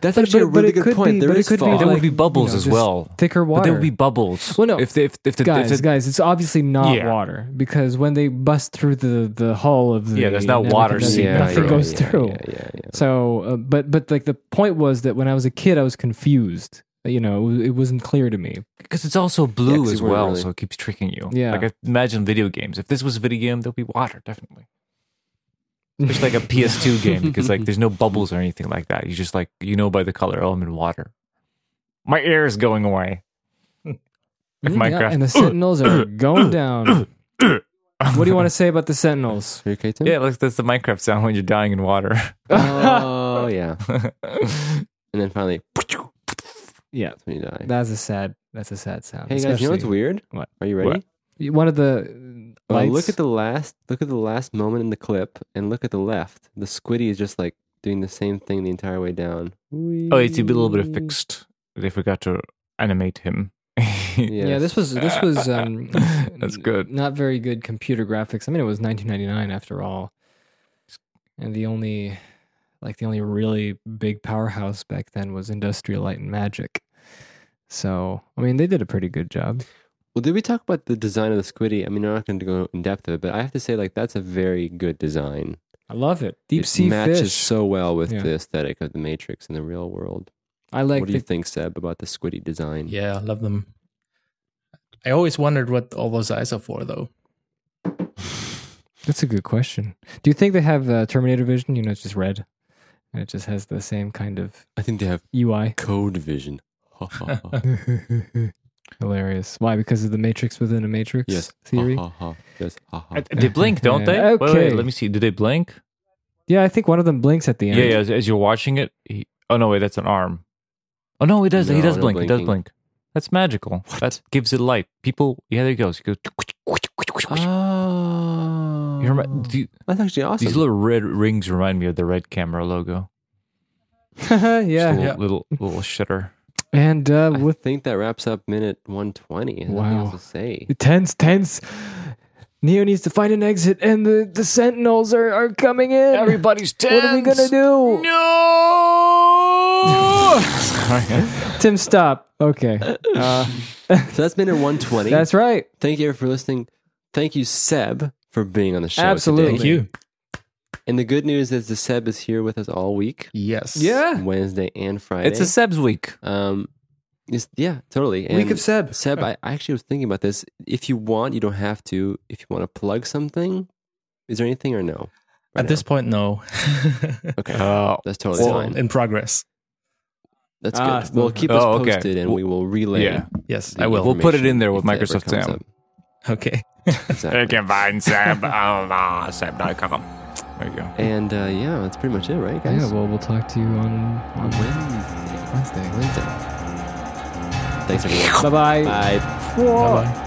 B: That's
A: But-
B: actually
A: but-
B: a
A: but
B: really
A: it
B: good
A: could
B: point.
A: be-
B: there
A: but it
B: is
A: could be
B: fog.
C: there
A: like,
C: would be bubbles
A: you know,
C: as
A: just
C: well.
A: Thicker
C: But
A: water.
C: there would be bubbles.
A: Well, no.
C: If, they, if, if, the,
A: guys,
C: if it,
A: guys, it's obviously not
C: Yeah.
A: water because when they bust through the the hull of the
C: Yeah, there's not
A: and
C: water
A: everything,
C: seeping
A: nothing
C: through.
A: goes through.
B: Yeah, yeah, yeah.
A: So, uh, but but like the point was that when I was a kid, I was confused. You know, it wasn't clear to me.
C: because it's also blue
B: 'cause
C: as
B: you weren't
C: well,
B: really-
C: so it keeps tricking you.
A: Yeah.
C: Like imagine video games. If this was a video game, there'll be water definitely. It's like a PS2 game because like there's no bubbles or anything like that. You just like you know by the color. Oh, I'm in water. My air is going away. Like Minecraft.
A: and the Sentinels are going down. what do you want to say about the Sentinels?
B: Are you okay, Tim?
C: Yeah, like that's the Minecraft sound when you're dying in water.
B: Oh yeah. And then finally,
A: Yeah,
B: that's when you die.
A: that's a sad. That's a sad sound.
B: hey guys, you know what's
A: especially-
B: weird?
A: What?
B: Are you ready?
C: What?
A: One of the uh,
B: Well,
A: lights.
B: look at the last look at the last moment in the clip and look at the left. The squiddy is just like doing the same thing the entire way down.
C: Oh, it's a little bit of
B: Whee!
C: fixed. They forgot to animate him.
A: yeah.
B: Yes.
A: This was this was um,
C: That's good.
A: Not very good computer graphics. I mean, it was 1999 after all, and the only like the only really big powerhouse back then was Industrial Light and Magic. So I mean, they did a pretty good job.
B: Well, did we talk about the design of the squiddy? I mean, I'm not going to go in depth of it, but I have to say, like, that's a very good design.
A: I love it. Deep
B: it
A: sea
B: matches
A: fish.
B: so well with
A: Yeah.
B: the aesthetic of the Matrix in the real world.
A: I like
B: what do
A: the
B: you think, Seb, about the squiddy design?
D: yeah, I love them. I always wondered what all those eyes are for, though.
A: That's a good question. Do you think they have uh, Terminator vision? You know, it's just red, and it just has the same kind of
B: I think they have
A: UI.
B: code vision.
A: Hilarious. Why? Because of the Matrix within a Matrix
B: yes. Uh-huh.
A: theory.
B: Yes.
C: they blink, don't they? Wait, wait,
A: Okay.
C: let me see. Do they blink?
A: Yeah, I think one of them blinks at the end.
C: Yeah, yeah. As, as you're watching it, he, oh no, wait, that's an arm. Oh no, he does. he
B: No,
C: does
B: no
C: blink. He does
B: blinking.
C: blink. That's magical. That gives it light. People, yeah, there he goes. He goes.
B: Oh.
C: You remi- the-
B: That's actually awesome.
C: These little red rings remind me of the red camera logo.
A: yeah.
C: Just
A: yeah.
C: a little, little little shitter.
A: And uh,
B: I
A: with
B: think that wraps up minute 120. I don't know what
A: Wow.
B: else to say.
A: tense, tense. Neo needs to find an exit, and the, the sentinels are, are coming in.
C: Everybody's tense.
A: what are we gonna do?
C: No.
A: Tim, stop. Okay, uh,
B: So that's minute 120.
A: that's right.
B: Thank you for listening. Thank you, Seb, for being on the show.
A: Absolutely.
B: Today.
D: Thank you.
B: And the good news is the Seb is here with us all week,
D: Yes.
B: Wednesday and Friday.
C: Ah. it's a Seb's week.
B: um, it's- yeah, totally. And
A: week of Seb.
B: Seb, I I actually was thinking about this. If you want, you don't have to. If you want to plug something, is there anything or no? Right
D: At this point, no.
B: okay,
C: Uh,
B: that's totally
D: Still
B: fine.
D: in progress.
B: That's
A: Ah,
B: good.
A: still-
B: We'll keep us
C: Oh, okay.
B: posted, and we will relay.
C: yeah.
D: Yes,
B: the
D: I will.
C: We'll put it
B: information
C: in there with
B: if that ever
C: Microsoft
B: comes
C: Sam.
B: up.
D: Okay.
B: Exactly.
C: can find Seb. uh, Seb.com. There you go.
B: And uh, yeah, that's pretty much it, right, guys?
A: Yeah, well, we'll talk to you on, on
B: Wednesday.
A: Wednesday.
B: Wednesday. Thanks, everyone.
A: Bye-bye.
B: Bye.
A: Whoa.
D: Bye-bye.